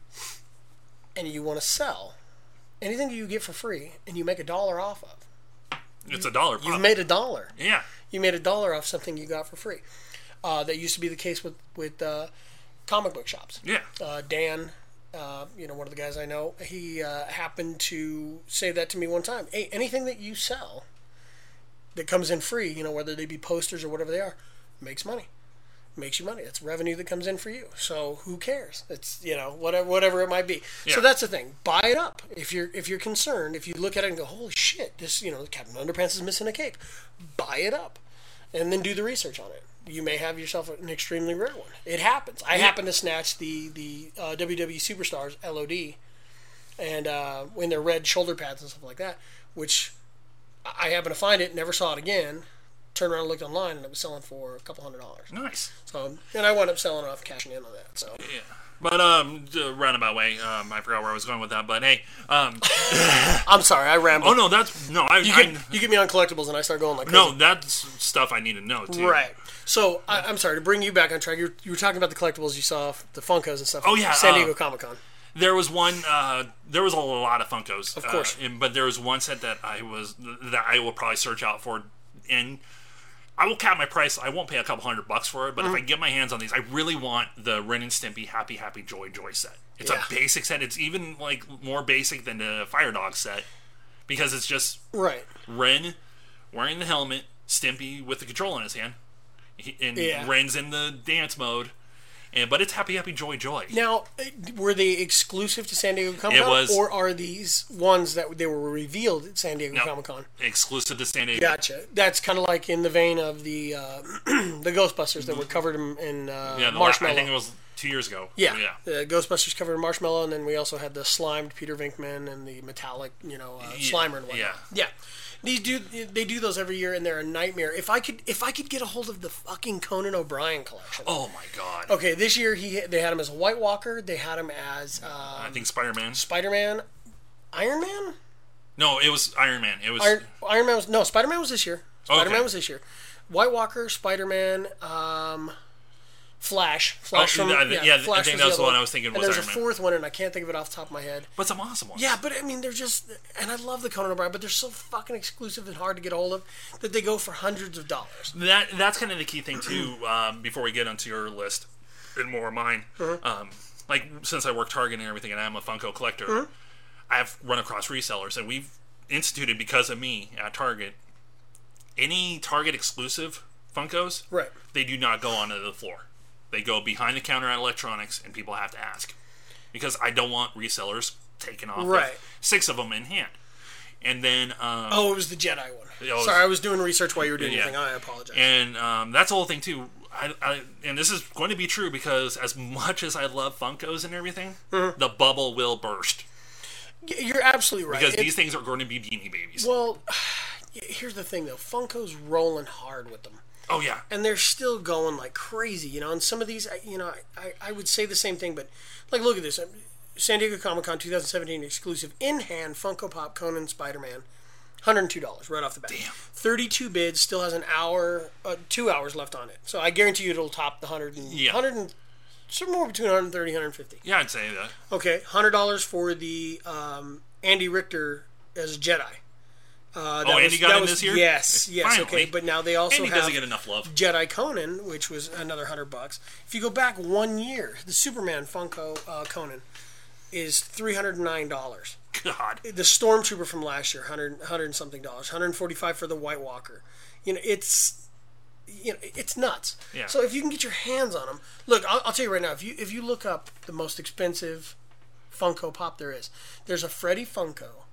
[SPEAKER 2] and you want to sell, anything you get for free and you make a dollar off of,
[SPEAKER 1] It's a dollar
[SPEAKER 2] you
[SPEAKER 1] pop.
[SPEAKER 2] made a dollar.
[SPEAKER 1] yeah.
[SPEAKER 2] You made a dollar off something you got for free. Uh, that used to be the case with with uh, comic book shops
[SPEAKER 1] Yeah.
[SPEAKER 2] uh, Dan, uh, you know, one of the guys I know, he uh, happened to say that to me one time. Hey, anything that you sell that comes in free, you know, whether they be posters or whatever they are, makes money. Makes you money. It's revenue that comes in for you. So who cares? It's you know whatever whatever it might be.
[SPEAKER 1] Yeah.
[SPEAKER 2] So that's the thing. Buy it up if you're if you're concerned. If you look at it and go, holy shit, this you know Captain Underpants is missing a cape. Buy it up, and then do the research on it. You may have yourself an extremely rare one. It happens. I happen to snatch the the uh, WWE Superstars LOD, and uh, when they're red shoulder pads and stuff like that, which I happened to find it, never saw it again. Turned around and looked online, and it was selling for a couple hundred dollars.
[SPEAKER 1] Nice.
[SPEAKER 2] So, and I wound up selling off, cashing in on that. So,
[SPEAKER 1] Yeah. But um, the roundabout way. Um, I forgot where I was going with that. But hey, um,
[SPEAKER 2] I'm sorry, I rambled.
[SPEAKER 1] oh no, that's no. I,
[SPEAKER 2] you
[SPEAKER 1] I-
[SPEAKER 2] get you get me on collectibles, and I start going like
[SPEAKER 1] no. That's stuff I need to know too.
[SPEAKER 2] right. So, I, I'm sorry to bring you back on track. You were, you were talking about the collectibles you saw, the Funkos and stuff.
[SPEAKER 1] Oh, yeah,
[SPEAKER 2] San
[SPEAKER 1] uh,
[SPEAKER 2] Diego Comic Con.
[SPEAKER 1] There was one. Uh, there was a lot of Funkos, of
[SPEAKER 2] course.
[SPEAKER 1] and, but there was one set that I was that I will probably search out for, and I will cap my price. I won't pay a couple hundred bucks for it, but
[SPEAKER 2] Mm.
[SPEAKER 1] if I get my hands on these, I really want the Ren and Stimpy Happy Happy Joy Joy set. It's
[SPEAKER 2] Yeah.
[SPEAKER 1] a basic set. It's even like more basic than the Fire Dog set because it's just
[SPEAKER 2] Right.
[SPEAKER 1] Ren wearing the helmet, Stimpy with the control in his hand, he, and
[SPEAKER 2] Yeah.
[SPEAKER 1] Ren's in the dance mode. And but it's Happy Happy Joy Joy.
[SPEAKER 2] Now, uh, were they exclusive to San Diego Comic Con,
[SPEAKER 1] was-
[SPEAKER 2] or are these ones that they were revealed at San Diego Comic Con?
[SPEAKER 1] Exclusive to San Diego.
[SPEAKER 2] Gotcha. That's kind of like in the vein of the uh, <clears throat> the Ghostbusters that were covered in, in uh,
[SPEAKER 1] Yeah, the last,
[SPEAKER 2] marshmallow.
[SPEAKER 1] I think it was two years ago.
[SPEAKER 2] yeah,
[SPEAKER 1] yeah.
[SPEAKER 2] the Ghostbusters covered in marshmallow, and then we also had the slimed Peter Venkman and the metallic, you know, uh, Slimer and whatnot.
[SPEAKER 1] yeah.
[SPEAKER 2] yeah. These do they do those every year, and they're a nightmare. If I could if I could get a hold of the fucking Conan O'Brien collection.
[SPEAKER 1] Oh my god!
[SPEAKER 2] Okay, this year he they had him as a White Walker. They had him as uh,
[SPEAKER 1] I think Spider Man.
[SPEAKER 2] Spider Man, Iron Man.
[SPEAKER 1] No, it was Iron Man. It was
[SPEAKER 2] Iron, Iron Man was no Spider Man was this year. Spider
[SPEAKER 1] Oh,
[SPEAKER 2] Man
[SPEAKER 1] Okay.
[SPEAKER 2] was this year. White Walker, Spider Man, um, Flash, Flash
[SPEAKER 1] Oh,
[SPEAKER 2] from
[SPEAKER 1] yeah, I
[SPEAKER 2] yeah,
[SPEAKER 1] think- yeah, I
[SPEAKER 2] Flash
[SPEAKER 1] think
[SPEAKER 2] was
[SPEAKER 1] that was
[SPEAKER 2] other
[SPEAKER 1] the one I was thinking
[SPEAKER 2] And
[SPEAKER 1] was
[SPEAKER 2] there's
[SPEAKER 1] Iron
[SPEAKER 2] a
[SPEAKER 1] Man.
[SPEAKER 2] fourth one, and I can't think of it off the top of my head.
[SPEAKER 1] but some awesome ones.
[SPEAKER 2] Yeah, but I mean, they're just, and I love the Conan O'Brien, but they're so fucking exclusive and hard to get hold of that they go for hundreds of dollars.
[SPEAKER 1] that that's kind of the key thing too.
[SPEAKER 2] <clears throat>
[SPEAKER 1] Um, before we get onto your list and more of mine,
[SPEAKER 2] Uh-huh.
[SPEAKER 1] um, like since I work Target and everything, and I'm a Funko collector,
[SPEAKER 2] Uh-huh.
[SPEAKER 1] I've run across resellers, and we've instituted because of me at Target any Target exclusive Funkos.
[SPEAKER 2] Right.
[SPEAKER 1] They do not go onto the floor. They go behind the counter at electronics, and people have to ask because I don't want resellers taken off. with
[SPEAKER 2] Right.
[SPEAKER 1] six of them in hand. And then um,
[SPEAKER 2] Oh, it was the Jedi one.
[SPEAKER 1] was-
[SPEAKER 2] Sorry, I was doing research while you were doing
[SPEAKER 1] Yeah.
[SPEAKER 2] your thing. I apologize.
[SPEAKER 1] And um, that's the whole thing too. I, I, and this is going to be true because as much as I love Funkos and everything,
[SPEAKER 2] Mm-hmm.
[SPEAKER 1] the bubble will burst
[SPEAKER 2] Y- You're absolutely right.
[SPEAKER 1] because
[SPEAKER 2] It-
[SPEAKER 1] these things are going to be Beanie Babies.
[SPEAKER 2] well, <sighs> here's the thing though. Funko's rolling hard with them.
[SPEAKER 1] oh yeah,
[SPEAKER 2] and they're still going like crazy, you know. And some of these, I- you know, I, I would say the same thing, but like, look at this: Um, San Diego Comic Con 2017 exclusive in hand Funko Pop Conan Spider Man, $102 right off the bat. 32 bids, still has an hour, uh, two hours left on it. So I guarantee you it'll top the 100 and,
[SPEAKER 1] Yeah.
[SPEAKER 2] 100 and somewhere between 130 150.
[SPEAKER 1] yeah, I'd say that.
[SPEAKER 2] Okay, $100 for the um, Andy Richter as a Jedi. Uh, that
[SPEAKER 1] Oh, Andy got
[SPEAKER 2] that
[SPEAKER 1] in this year?
[SPEAKER 2] Yes, yes,
[SPEAKER 1] Finally.
[SPEAKER 2] okay. But now they also
[SPEAKER 1] Andy
[SPEAKER 2] have
[SPEAKER 1] doesn't get enough
[SPEAKER 2] <laughs>
[SPEAKER 1] love.
[SPEAKER 2] Jedi Conan, which was another hundred bucks. If you go back one year, the Superman Funko uh, Conan is three hundred nine dollars.
[SPEAKER 1] God,
[SPEAKER 2] The Stormtrooper from last year, 100, 100 and something dollars. One hundred forty five for the White Walker. You know, it's you know, it's nuts.
[SPEAKER 1] Yeah.
[SPEAKER 2] So if you can get your hands on them, look, I'll, I'll tell you right now. If you if you look up the most expensive Funko Pop there is, there's a Freddy Funko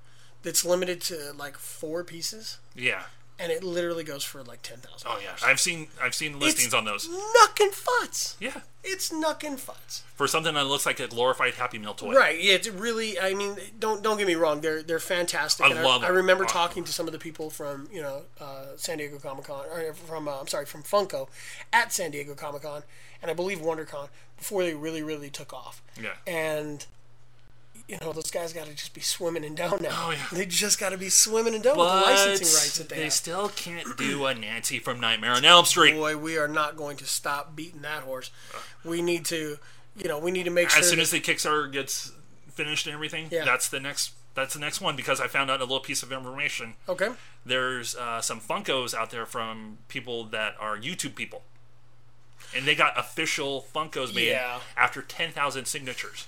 [SPEAKER 2] that's limited to like four pieces,
[SPEAKER 1] yeah,
[SPEAKER 2] and it literally goes for like ten thousand.
[SPEAKER 1] oh yeah. I've seen I've seen listings on those.
[SPEAKER 2] Knuckin' futz.
[SPEAKER 1] Yeah,
[SPEAKER 2] It's knuckin' futz.
[SPEAKER 1] for something that looks like a glorified Happy Meal toy.
[SPEAKER 2] Right. Yeah. It's really. I mean, don't don't get me wrong. They're they're fantastic.
[SPEAKER 1] I
[SPEAKER 2] And
[SPEAKER 1] love
[SPEAKER 2] I,
[SPEAKER 1] them.
[SPEAKER 2] remember
[SPEAKER 1] Awesome.
[SPEAKER 2] talking to some of the people from you know uh, San Diego Comic Con or from uh, I'm sorry from Funko at San Diego Comic Con and I believe WonderCon before they really really took off.
[SPEAKER 1] Yeah.
[SPEAKER 2] And. You know those guys got to just be swimming and down now.
[SPEAKER 1] Oh, yeah.
[SPEAKER 2] They just got to be swimming and down with the
[SPEAKER 1] But
[SPEAKER 2] licensing rights that they,
[SPEAKER 1] they
[SPEAKER 2] have.
[SPEAKER 1] still can't do a Nancy from Nightmare on Elm Street.
[SPEAKER 2] Boy, we are not going to stop beating that horse. We need to, you know, we need to make
[SPEAKER 1] Uh.
[SPEAKER 2] sure.
[SPEAKER 1] as soon
[SPEAKER 2] that-
[SPEAKER 1] as the Kickstarter gets finished and everything,
[SPEAKER 2] Yeah.
[SPEAKER 1] that's the next that's the next one because I found out a little piece of information.
[SPEAKER 2] okay.
[SPEAKER 1] There's uh, some Funkos out there from people that are YouTube people, and they got official Funkos made
[SPEAKER 2] Yeah.
[SPEAKER 1] after ten thousand signatures.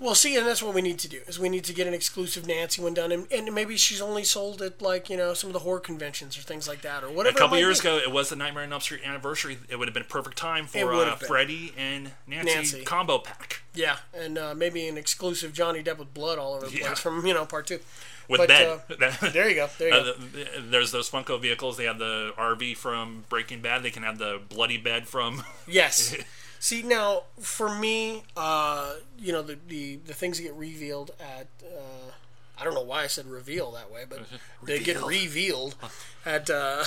[SPEAKER 2] Well, see, and that's what we need to do is we need to get an exclusive Nancy one done, and, and maybe she's only sold at like you know some of the horror conventions or things like that or whatever.
[SPEAKER 1] A couple
[SPEAKER 2] it might
[SPEAKER 1] years
[SPEAKER 2] be.
[SPEAKER 1] ago, it was the Nightmare on Elm Street anniversary. It would have been a perfect time for
[SPEAKER 2] would
[SPEAKER 1] uh,
[SPEAKER 2] have been.
[SPEAKER 1] Freddy and Nancy,
[SPEAKER 2] Nancy.
[SPEAKER 1] combo pack
[SPEAKER 2] yeah, and uh, maybe an exclusive Johnny Depp with blood all over the
[SPEAKER 1] Yeah.
[SPEAKER 2] place from you know part two.
[SPEAKER 1] with
[SPEAKER 2] But,
[SPEAKER 1] Ben. <laughs>
[SPEAKER 2] uh, there you go, there you
[SPEAKER 1] Uh,
[SPEAKER 2] go.
[SPEAKER 1] th- there's those Funko vehicles. They have the RV from Breaking Bad. They can have the bloody bed from <laughs>
[SPEAKER 2] Yes. See now, for me, uh, you know the, the the things that get revealed at uh, I don't know why I said reveal that way, but they get revealed at uh,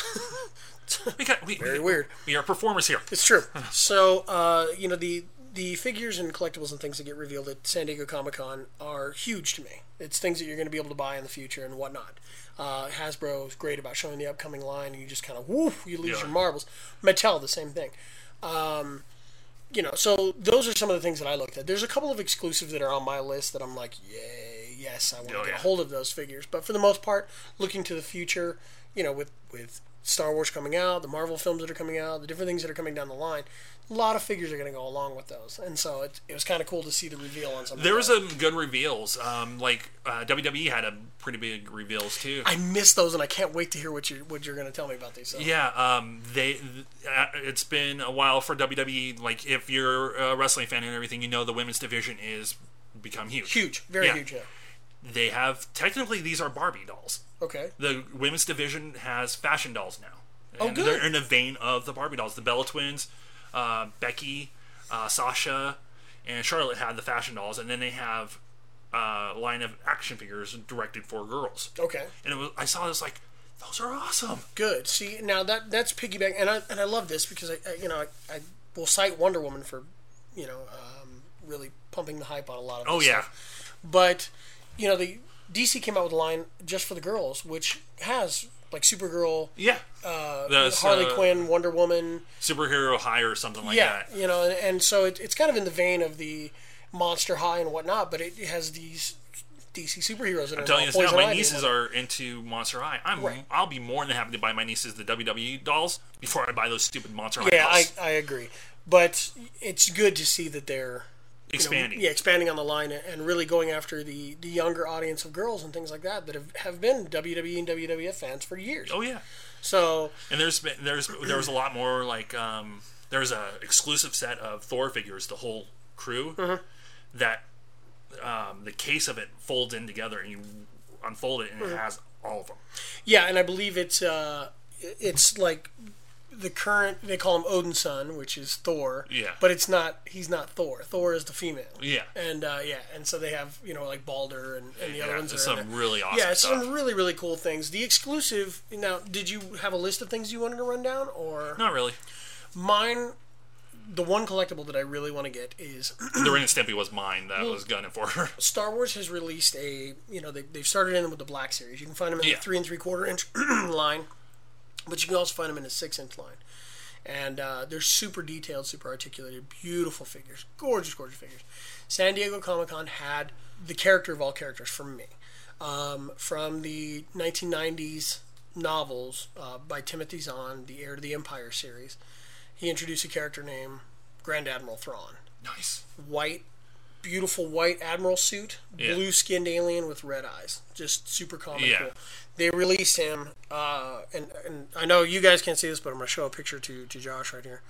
[SPEAKER 2] <laughs>
[SPEAKER 1] We got we,
[SPEAKER 2] very
[SPEAKER 1] we,
[SPEAKER 2] weird.
[SPEAKER 1] we are performers here.
[SPEAKER 2] It's true. so uh, you know the the figures and collectibles and things that get revealed at San Diego Comic Con are huge to me. It's things that you're going to be able to buy in the future and whatnot. Uh, Hasbro is great about showing the upcoming line, and you just kind of woof, you lose
[SPEAKER 1] Yeah.
[SPEAKER 2] your marbles. Mattel, the same thing. Um, you know, so those are some of the things that I looked at. There's a couple of exclusives that are on my list that I'm like, yay, yes, I want to
[SPEAKER 1] Oh,
[SPEAKER 2] get
[SPEAKER 1] yeah.
[SPEAKER 2] a hold of those figures. But for the most part, looking to the future, you know, with with Star Wars coming out, the Marvel films that are coming out, the different things that are coming down the line, a lot of figures are going to go along with those. And so it, it was kind of cool to see the reveal on something.
[SPEAKER 1] There was
[SPEAKER 2] like
[SPEAKER 1] some good reveals. Um, like uh, WWE had a pretty big reveals too.
[SPEAKER 2] that. I missed those, and I can't wait to hear what you what you're going to tell me about these. So.
[SPEAKER 1] yeah, um, they. th- Uh, it's been a while for WWE. Like, if you're a wrestling fan and everything, you know the women's division is become huge.
[SPEAKER 2] Huge, very
[SPEAKER 1] Yeah.
[SPEAKER 2] huge. Yeah.
[SPEAKER 1] They have technically these are Barbie dolls.
[SPEAKER 2] Okay.
[SPEAKER 1] The women's division has fashion dolls now.
[SPEAKER 2] Oh,
[SPEAKER 1] and
[SPEAKER 2] good.
[SPEAKER 1] They're in the vein of the Barbie dolls. The Bella twins, uh, Becky, uh, Sasha, and Charlotte had the fashion dolls, and then they have a line of action figures directed for girls.
[SPEAKER 2] Okay.
[SPEAKER 1] And it was, I saw this like, those are awesome.
[SPEAKER 2] Good. See, now that that's piggyback, and I and I love this because I, I you know I, I will cite Wonder Woman for you know um, really pumping the hype on a lot of.
[SPEAKER 1] Oh
[SPEAKER 2] this
[SPEAKER 1] yeah,
[SPEAKER 2] stuff. But you know, the DC came out with a line just for the girls, which has like Supergirl,
[SPEAKER 1] yeah. Uh, the
[SPEAKER 2] Harley Quinn, Wonder Woman.
[SPEAKER 1] superhero high or something like
[SPEAKER 2] Yeah,
[SPEAKER 1] that.
[SPEAKER 2] you know, and, and so it, it's kind of in the vein of the Monster High and whatnot, but it has these DC superheroes that are
[SPEAKER 1] I'm telling you
[SPEAKER 2] now
[SPEAKER 1] this now,
[SPEAKER 2] Poison
[SPEAKER 1] my
[SPEAKER 2] Ivy.
[SPEAKER 1] nieces are into Monster High. I'm
[SPEAKER 2] Right.
[SPEAKER 1] I'll be more than happy to buy my nieces the WWE dolls before I buy those stupid Monster High
[SPEAKER 2] Yeah, I,
[SPEAKER 1] dolls.
[SPEAKER 2] I agree, but it's good to see that they're you know,
[SPEAKER 1] Expanding.
[SPEAKER 2] yeah, expanding on the line and really going after the, the younger audience of girls and things like that that have, have been WWE and WWF fans for years.
[SPEAKER 1] Oh yeah.
[SPEAKER 2] So
[SPEAKER 1] And there's been- there's there was a lot more like um,
[SPEAKER 2] Uh-huh.
[SPEAKER 1] there's a exclusive set of Thor figures, the whole crew that um, the case of it folds in together and you unfold it and
[SPEAKER 2] Uh-huh.
[SPEAKER 1] it has all of them.
[SPEAKER 2] Yeah, and I believe it's uh, it's like the current they call him Odin's son, which is Thor.
[SPEAKER 1] Yeah.
[SPEAKER 2] But it's not he's not Thor. Thor is the female.
[SPEAKER 1] Yeah.
[SPEAKER 2] And uh, yeah, and so they have you know like Balder and, and the other
[SPEAKER 1] Yeah,
[SPEAKER 2] ones.
[SPEAKER 1] there's
[SPEAKER 2] that are in
[SPEAKER 1] some
[SPEAKER 2] there.
[SPEAKER 1] really awesome
[SPEAKER 2] yeah, it's
[SPEAKER 1] stuff.
[SPEAKER 2] some really really cool things. The exclusive now, did you have a list of things you wanted to run down or
[SPEAKER 1] Not really.
[SPEAKER 2] mine? The one collectible that I really want to get is
[SPEAKER 1] the Ren and Stimpy was mine. That was Gun Enforcer.
[SPEAKER 2] Star Wars has released a you know they, they've started in with the black series. You can find them in
[SPEAKER 1] Yeah.
[SPEAKER 2] the three and three quarter inch <clears throat> line, but you can also find them in a six inch line, and uh, they're super detailed, super articulated, beautiful figures, gorgeous, gorgeous figures. San Diego Comic Con had the character of all characters from me, um, from the 1990s novels uh, by Timothy Zahn, the Heir to the Empire series. He introduced a character named Grand Admiral Thrawn
[SPEAKER 1] <laughs> nice.
[SPEAKER 2] white, beautiful white admiral suit,
[SPEAKER 1] Yeah.
[SPEAKER 2] blue skinned alien with red eyes. Just super common.
[SPEAKER 1] Yeah.
[SPEAKER 2] cool. They released him, uh, and, and I know you guys can't see this, but I'm going to show a picture to, to Josh right here.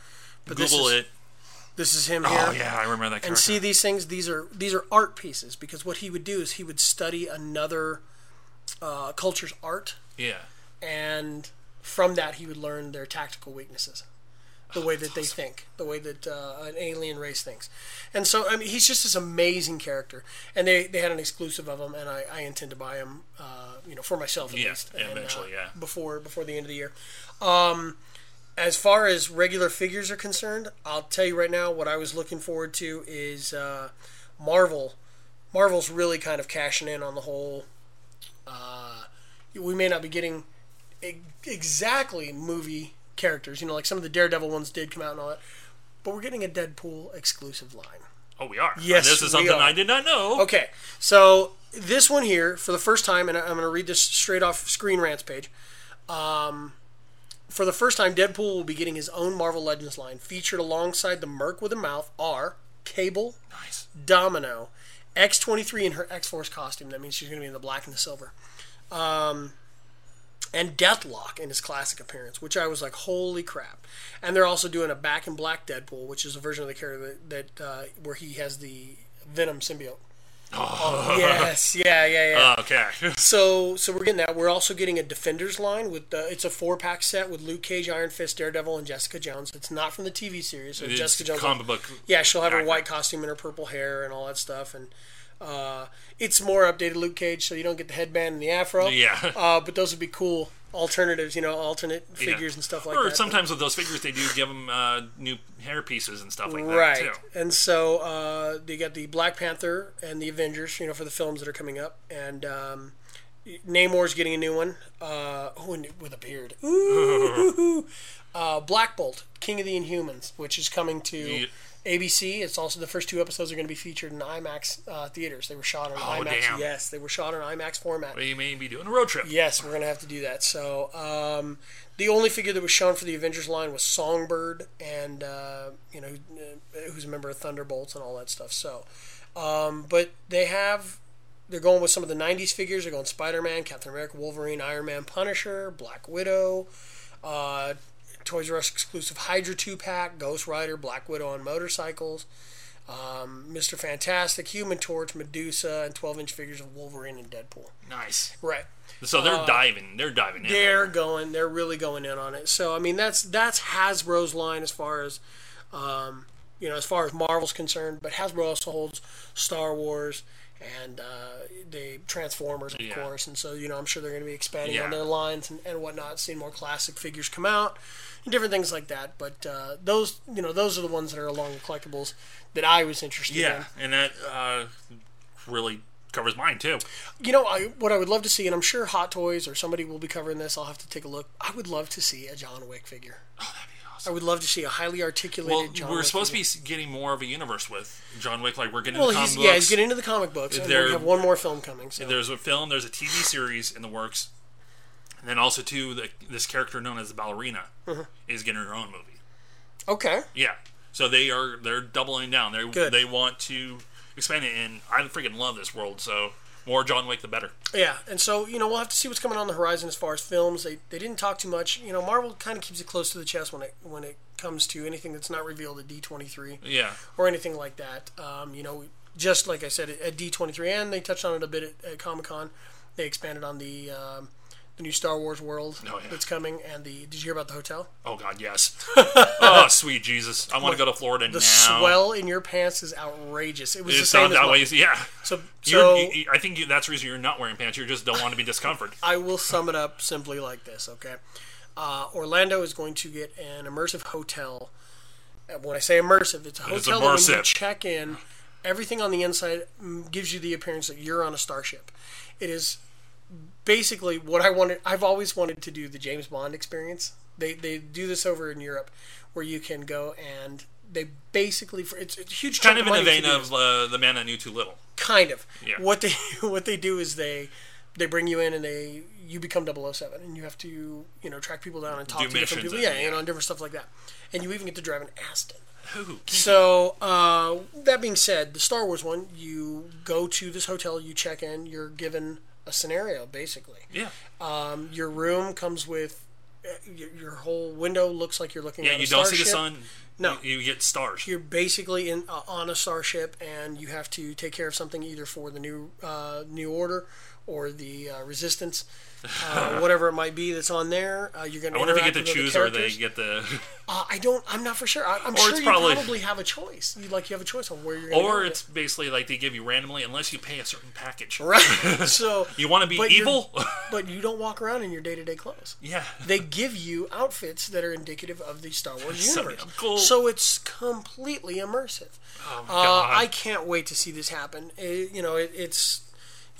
[SPEAKER 2] But
[SPEAKER 1] Google
[SPEAKER 2] this is,
[SPEAKER 1] it.
[SPEAKER 2] This is him here.
[SPEAKER 1] Oh yeah, I remember that character.
[SPEAKER 2] And see these things. These are these are art pieces because what he would do is he would study another uh, culture's art,
[SPEAKER 1] yeah.
[SPEAKER 2] and from that he would learn their tactical weaknesses, the way that they think, the way that uh, an alien race thinks, and so I mean he's just this amazing character, and they, they had an exclusive of him, and I, I intend to buy him, uh, you know, for myself at
[SPEAKER 1] Yeah,
[SPEAKER 2] least,
[SPEAKER 1] yeah,
[SPEAKER 2] and, uh,
[SPEAKER 1] eventually, yeah.
[SPEAKER 2] before before the end of the year. Um, as far as regular figures are concerned, I'll tell you right now what I was looking forward to is uh, Marvel. Marvel's really kind of cashing in on the whole uh, we may not be getting e- exactly movie characters. You know, like some of the Daredevil ones did come out and all that, but we're getting a Deadpool exclusive line.
[SPEAKER 1] Oh, we are.
[SPEAKER 2] Yes,
[SPEAKER 1] This is
[SPEAKER 2] we
[SPEAKER 1] something
[SPEAKER 2] are.
[SPEAKER 1] I did not know.
[SPEAKER 2] Okay, so this one here, for the first time, and I- I'm going to read this straight off Screen Rant's page. Um, for the first time, Deadpool will be getting his own Marvel Legends line, featured alongside the Merc with a Mouth are Cable,
[SPEAKER 1] Nice.
[SPEAKER 2] Domino, X23 in her X Force costume. That means she's going to be in the black and the silver. Um, and Deathlock in his classic appearance, which I was like, holy crap. And they're also doing a back and black Deadpool, which is a version of the character that, that uh, where he has the Venom symbiote. Oh, <laughs> yes. Yeah, yeah, yeah.
[SPEAKER 1] Uh, okay. <laughs>
[SPEAKER 2] So, so we're getting that. We're also getting a Defenders line with the, it's a four pack set with Luke Cage, Iron Fist, Daredevil, and Jessica Jones. It's not from the TV series. So
[SPEAKER 1] It's
[SPEAKER 2] Jessica Jones
[SPEAKER 1] comic book.
[SPEAKER 2] yeah, she'll have her
[SPEAKER 1] Accurate.
[SPEAKER 2] white costume and her purple hair and all that stuff. And uh, it's more updated Luke Cage, so you don't get the headband and the afro.
[SPEAKER 1] Yeah.
[SPEAKER 2] Uh, but those would be cool alternatives, you know, alternate
[SPEAKER 1] Yeah.
[SPEAKER 2] figures and stuff like
[SPEAKER 1] or
[SPEAKER 2] that.
[SPEAKER 1] sometimes with those figures, they do give them uh, new hair pieces and stuff like
[SPEAKER 2] right.
[SPEAKER 1] that too.
[SPEAKER 2] And so uh, you got the Black Panther and the Avengers, you know, for the films that are coming up. And um, Namor's getting a new one. Uh, oh, and with a beard.
[SPEAKER 1] <laughs>
[SPEAKER 2] Ooh. uh, Black Bolt, King of the Inhumans, which is coming to.
[SPEAKER 1] Ye-
[SPEAKER 2] ABC. It's also the first two episodes are going to be featured in IMAX uh, theaters. They were shot on IMAX.
[SPEAKER 1] Oh, damn.
[SPEAKER 2] Yes, they were shot on IMAX format.
[SPEAKER 1] They may be doing a road trip.
[SPEAKER 2] Yes, we're gonna have to do that. So um, the only figure that was shown for the Avengers line was Songbird, and uh, you know who- uh, who's a member of Thunderbolts and all that stuff. So, um, but they have they're going with some of the '90s figures. They're going Spider-Man, Captain America, Wolverine, Iron Man, Punisher, Black Widow, uh, Toys R Us exclusive Hydra two pack, Ghost Rider, Black Widow on motorcycles. Um, Mr. Fantastic, Human Torch, Medusa, and 12 inch figures of Wolverine and Deadpool.
[SPEAKER 1] Nice.
[SPEAKER 2] Right.
[SPEAKER 1] So they're diving. They're diving in.
[SPEAKER 2] Uh, They're going. They're really going in on it. So I mean, that's that's Hasbro's line as far as, um, you know, as far as Marvel's concerned. But Hasbro also holds Star Wars and uh, the Transformers, of
[SPEAKER 1] Yeah.
[SPEAKER 2] course. And so you know, I'm sure they're going to be expanding
[SPEAKER 1] Yeah.
[SPEAKER 2] on their lines and, and whatnot, seeing more classic figures come out and different things like that. But uh, those, you know, those are the ones that are along the collectibles that I was interested in.
[SPEAKER 1] yeah, and that uh, really covers mine too.
[SPEAKER 2] You know, I, what I would love to see, and I'm sure Hot Toys or somebody will be covering this. I'll have to take a look. I would love to see a John Wick figure.
[SPEAKER 1] Oh, that'd be
[SPEAKER 2] I
[SPEAKER 1] awesome.
[SPEAKER 2] would love to see a highly articulated
[SPEAKER 1] Well,
[SPEAKER 2] John.
[SPEAKER 1] we're
[SPEAKER 2] Wick
[SPEAKER 1] supposed
[SPEAKER 2] figure.
[SPEAKER 1] to be getting more of a universe with John Wick. Like we're getting
[SPEAKER 2] Well,
[SPEAKER 1] into comic
[SPEAKER 2] he's,
[SPEAKER 1] books.
[SPEAKER 2] yeah, he's getting into the comic books. And then we
[SPEAKER 1] They're-
[SPEAKER 2] have one more film coming. So.
[SPEAKER 1] There's a film. There's a TV series in the works, and then also too the, this character known as the ballerina
[SPEAKER 2] Uh-huh.
[SPEAKER 1] is getting her own movie.
[SPEAKER 2] Okay.
[SPEAKER 1] Yeah. So they are they're doubling down. They
[SPEAKER 2] Good.
[SPEAKER 1] they want to expand it, and I freaking love this world. So more John Wick, the better.
[SPEAKER 2] Yeah, and so you know we'll have to see what's coming on the horizon as far as films. They, they didn't talk too much. You know, Marvel kind of keeps it close to the chest when it when it comes to anything that's not revealed at D twenty three
[SPEAKER 1] Yeah.
[SPEAKER 2] or anything like that. Um, you know, just like I said at D23, and they touched on it a bit at, at Comic Con. They expanded on the um, the new Star Wars world
[SPEAKER 1] Oh, yeah.
[SPEAKER 2] that's coming, and the did you hear about the hotel?
[SPEAKER 1] Oh God,
[SPEAKER 2] <laughs>
[SPEAKER 1] yes. oh sweet Jesus, I want to go to Florida
[SPEAKER 2] The
[SPEAKER 1] now.
[SPEAKER 2] swell in your pants is outrageous. It was the
[SPEAKER 1] It's
[SPEAKER 2] same
[SPEAKER 1] not
[SPEAKER 2] as
[SPEAKER 1] that
[SPEAKER 2] mine.
[SPEAKER 1] way. Yeah.
[SPEAKER 2] So, so
[SPEAKER 1] You're, you, you- I think you, that's the reason you're not wearing pants. You just don't want to be
[SPEAKER 2] <laughs>
[SPEAKER 1] discomfort.
[SPEAKER 2] I will sum it up simply like this, okay? Uh, Orlando is going to get an immersive hotel. And When I say immersive, it's a hotel
[SPEAKER 1] is
[SPEAKER 2] that when you
[SPEAKER 1] immersive.
[SPEAKER 2] check in, everything on the inside mm, gives you the appearance that you're on a starship. It is basically what I wanted. I've always wanted to do the James Bond experience. They they do this over in Europe, where you can go and they basically for it's, it's a huge
[SPEAKER 1] Kind of
[SPEAKER 2] chunk
[SPEAKER 1] in the
[SPEAKER 2] money if you
[SPEAKER 1] vein
[SPEAKER 2] do
[SPEAKER 1] of uh, the man I knew too little.
[SPEAKER 2] kind of
[SPEAKER 1] Yeah.
[SPEAKER 2] what they <laughs> what they do is they they bring you in and they you become 007 and you have to you know track people down and talk
[SPEAKER 1] Do
[SPEAKER 2] to different
[SPEAKER 1] missions
[SPEAKER 2] people
[SPEAKER 1] and-
[SPEAKER 2] yeah, you know and different stuff like that and you even get to drive an Aston
[SPEAKER 1] Ooh.
[SPEAKER 2] so uh, that being said the Star Wars one you go to this hotel you check in you're given a scenario basically
[SPEAKER 1] Yeah.
[SPEAKER 2] um, your room comes with uh, your, your whole window looks like you're looking
[SPEAKER 1] Yeah.
[SPEAKER 2] at a
[SPEAKER 1] You don't see the
[SPEAKER 2] starship
[SPEAKER 1] sun.
[SPEAKER 2] No.
[SPEAKER 1] You, you get stars.
[SPEAKER 2] you're basically in uh, on a starship and you have to take care of something either for the new uh, new order or the uh, resistance
[SPEAKER 1] <laughs>
[SPEAKER 2] uh, whatever it might be that's on there uh, you're going
[SPEAKER 1] I
[SPEAKER 2] to
[SPEAKER 1] wonder if you get to
[SPEAKER 2] with
[SPEAKER 1] choose
[SPEAKER 2] other
[SPEAKER 1] or they
[SPEAKER 2] characters.
[SPEAKER 1] get the.
[SPEAKER 2] <laughs> uh, I don't I'm not for sure I, I'm
[SPEAKER 1] it's
[SPEAKER 2] sure you
[SPEAKER 1] probably-
[SPEAKER 2] probably, have a choice you like you have a choice on where you're going
[SPEAKER 1] Or it's basically like they give you randomly unless you pay a certain package. <laughs>
[SPEAKER 2] <laughs> right so
[SPEAKER 1] You want to be
[SPEAKER 2] But you're-
[SPEAKER 1] evil?
[SPEAKER 2] <laughs>
[SPEAKER 1] <laughs>
[SPEAKER 2] but you don't walk around in your day-to-day clothes
[SPEAKER 1] yeah.
[SPEAKER 2] they give you outfits that are indicative of the Star
[SPEAKER 1] <laughs>
[SPEAKER 2] Wars
[SPEAKER 1] So
[SPEAKER 2] universe.
[SPEAKER 1] cool.
[SPEAKER 2] So it's completely immersive.
[SPEAKER 1] Oh my
[SPEAKER 2] Uh,
[SPEAKER 1] God.
[SPEAKER 2] I can't wait to see this happen. It- you know, it, it's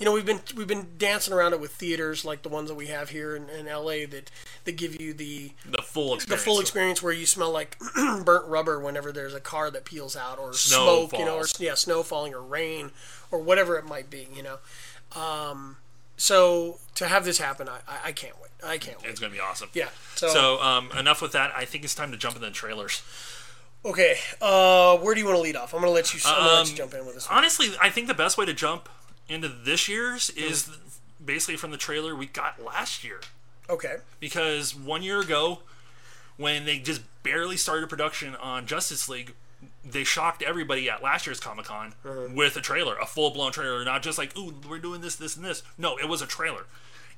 [SPEAKER 2] you know we've been we've been dancing around it with theaters like the ones that we have here in, in LA that that give you the
[SPEAKER 1] <laughs> the full
[SPEAKER 2] the
[SPEAKER 1] experience.
[SPEAKER 2] full experience where you smell like <clears throat> burnt rubber whenever there's a car that peels out or
[SPEAKER 1] Snow
[SPEAKER 2] smoke, you know, or
[SPEAKER 1] falls.
[SPEAKER 2] yeah, snow falling or rain or whatever it might be, you know. Um, so to have this happen, I, I, I can't wait. I can't wait.
[SPEAKER 1] It's gonna be awesome.
[SPEAKER 2] Yeah.
[SPEAKER 1] So um, enough with that. I think it's time to jump into the trailers.
[SPEAKER 2] Okay, uh, where do you want to lead off? I'm gonna let you. I'm gonna let you
[SPEAKER 1] Um,
[SPEAKER 2] jump in with this one.
[SPEAKER 1] Honestly, I think the best way to jump into this year's is basically from the trailer we got last year.
[SPEAKER 2] Okay,
[SPEAKER 1] Because one year ago, when they just barely started production on Justice League, they shocked everybody at last year's Comic Con with a trailer, a full blown trailer, not just like, ooh, we're doing this, this, and this. No, it was a trailer.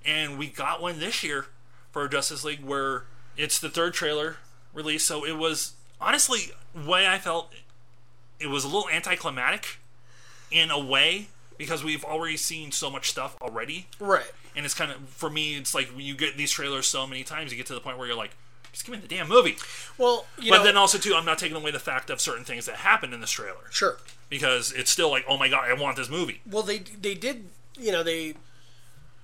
[SPEAKER 1] And we got one this year for Justice League where it's the third trailer release. So it was honestly, way I felt it was a little anticlimactic in a way because we've already seen so much stuff already
[SPEAKER 2] right.
[SPEAKER 1] and it's kind of for me it's like when you get these trailers so many times you get to the point where you're like just give me the damn movie
[SPEAKER 2] Well, you
[SPEAKER 1] but
[SPEAKER 2] know,
[SPEAKER 1] then also too i'm not taking away the fact of certain things that happened in this trailer
[SPEAKER 2] sure.
[SPEAKER 1] because it's still like oh my god i want this movie
[SPEAKER 2] Well, they they did. You know, they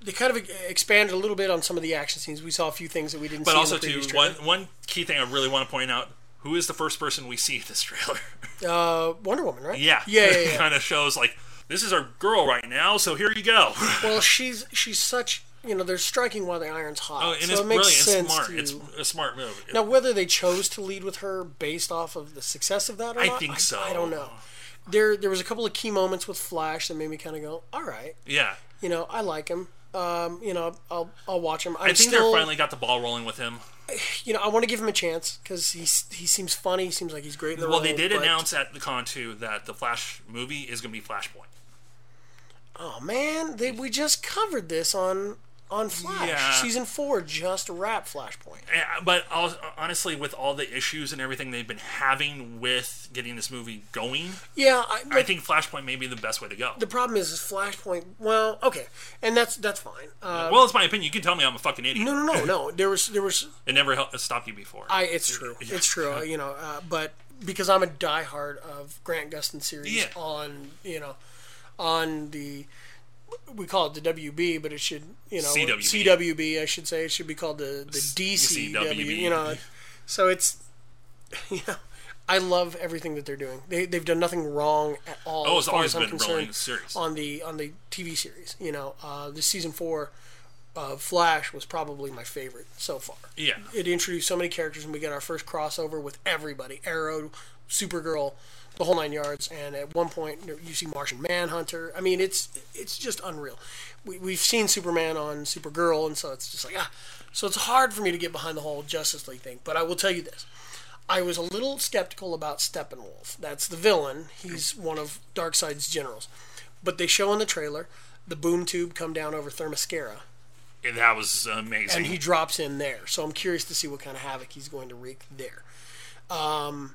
[SPEAKER 2] they kind of e, expanded a little bit on some of the action scenes. We saw a few things that we didn't.
[SPEAKER 1] but
[SPEAKER 2] see
[SPEAKER 1] also
[SPEAKER 2] in the
[SPEAKER 1] too
[SPEAKER 2] previous
[SPEAKER 1] one,
[SPEAKER 2] trailer.
[SPEAKER 1] one key thing i really want to point out who is the first person we see in this trailer
[SPEAKER 2] uh, Wonder Woman, right?
[SPEAKER 1] <laughs> yeah
[SPEAKER 2] <laughs> yeah, yeah.
[SPEAKER 1] it
[SPEAKER 2] yeah.
[SPEAKER 1] kind of shows like this is our girl right now so here you go <laughs>
[SPEAKER 2] well, she's she's such. You know, they're striking while the iron's hot.
[SPEAKER 1] Oh, and
[SPEAKER 2] so
[SPEAKER 1] it's
[SPEAKER 2] it makes
[SPEAKER 1] brilliant
[SPEAKER 2] sense
[SPEAKER 1] it's smart
[SPEAKER 2] to.
[SPEAKER 1] it's a smart movie
[SPEAKER 2] Now, whether they chose to lead with her based off of the success of that or
[SPEAKER 1] I
[SPEAKER 2] not,
[SPEAKER 1] think so.
[SPEAKER 2] I don't know. There, there was a couple of key moments with Flash that made me kind of go, "All right,
[SPEAKER 1] yeah
[SPEAKER 2] you know, I like him. Um, you know, I'll I'll watch him. I'm
[SPEAKER 1] i think
[SPEAKER 2] still,
[SPEAKER 1] they finally got the ball rolling with him
[SPEAKER 2] you know, I want to give him a chance because he he seems funny. He seems like he's great. In the
[SPEAKER 1] Well, they
[SPEAKER 2] role,
[SPEAKER 1] did
[SPEAKER 2] but-
[SPEAKER 1] announce at the con too that the Flash movie is going to be Flashpoint.
[SPEAKER 2] Oh man, they, we just covered this on on Flash
[SPEAKER 1] Yeah.
[SPEAKER 2] season four, just wrapped Flashpoint.
[SPEAKER 1] Eh, But al- honestly, with all the issues and everything they've been having with getting this movie going,
[SPEAKER 2] Yeah, I,
[SPEAKER 1] I think Flashpoint may be the best way to go.
[SPEAKER 2] the problem is, is Flashpoint. Well, okay, and that's that's fine. Uh,
[SPEAKER 1] well, it's my opinion. You can tell me I'm a fucking idiot.
[SPEAKER 2] no, no, no, no. There was there was
[SPEAKER 1] It never hel- uh, stopped you before.
[SPEAKER 2] I, it's true. It's true. You know, uh, but because I'm a diehard of Grant Gustin series
[SPEAKER 1] Yeah.
[SPEAKER 2] on you know on the we call it the WB, but it should you know
[SPEAKER 1] CWB.
[SPEAKER 2] CWB, I should say it should be called the the DCW.
[SPEAKER 1] CWB.
[SPEAKER 2] You know, so it's <laughs> you know I love everything that they're doing. They they've done nothing wrong at all.
[SPEAKER 1] oh,
[SPEAKER 2] as
[SPEAKER 1] it's
[SPEAKER 2] far
[SPEAKER 1] always
[SPEAKER 2] as I'm
[SPEAKER 1] been
[SPEAKER 2] concerned
[SPEAKER 1] rolling series.
[SPEAKER 2] on the on the TV series. You know, uh, the season four of uh, Flash was probably my favorite so far.
[SPEAKER 1] Yeah.
[SPEAKER 2] it introduced so many characters, and we got our first crossover with everybody: Arrow, Supergirl, the whole nine yards. And at one point, you see Martian Manhunter. I mean, it's it's just unreal. We, we've seen Superman on Supergirl, and so it's just like ah. So it's hard for me to get behind the whole Justice League thing. But I will tell you this. I was a little skeptical about Steppenwolf. That's the villain. He's one of Darkseid's generals. But they show in the trailer the boom tube come down over Thermoscara,
[SPEAKER 1] And that was amazing.
[SPEAKER 2] and he drops in there. So I'm curious to see what kind of havoc he's going to wreak there. Um,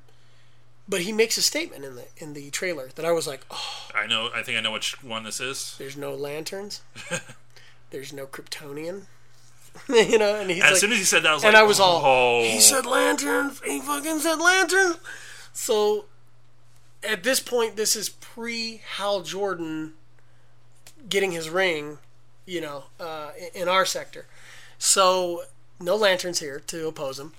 [SPEAKER 2] but he makes a statement in the in the trailer that I was like, oh,
[SPEAKER 1] I know. I think I know which one this is.
[SPEAKER 2] there's no
[SPEAKER 1] <laughs>
[SPEAKER 2] lanterns, there's no Kryptonian, <laughs> you know. And he's
[SPEAKER 1] As
[SPEAKER 2] like,
[SPEAKER 1] soon as he said that, I was
[SPEAKER 2] and
[SPEAKER 1] like,
[SPEAKER 2] I was all,
[SPEAKER 1] oh,
[SPEAKER 2] he said lantern. He fucking said lantern. So at this point, this is pre Hal Jordan getting his ring, you know, uh, i- in our sector. So no lanterns here to oppose him.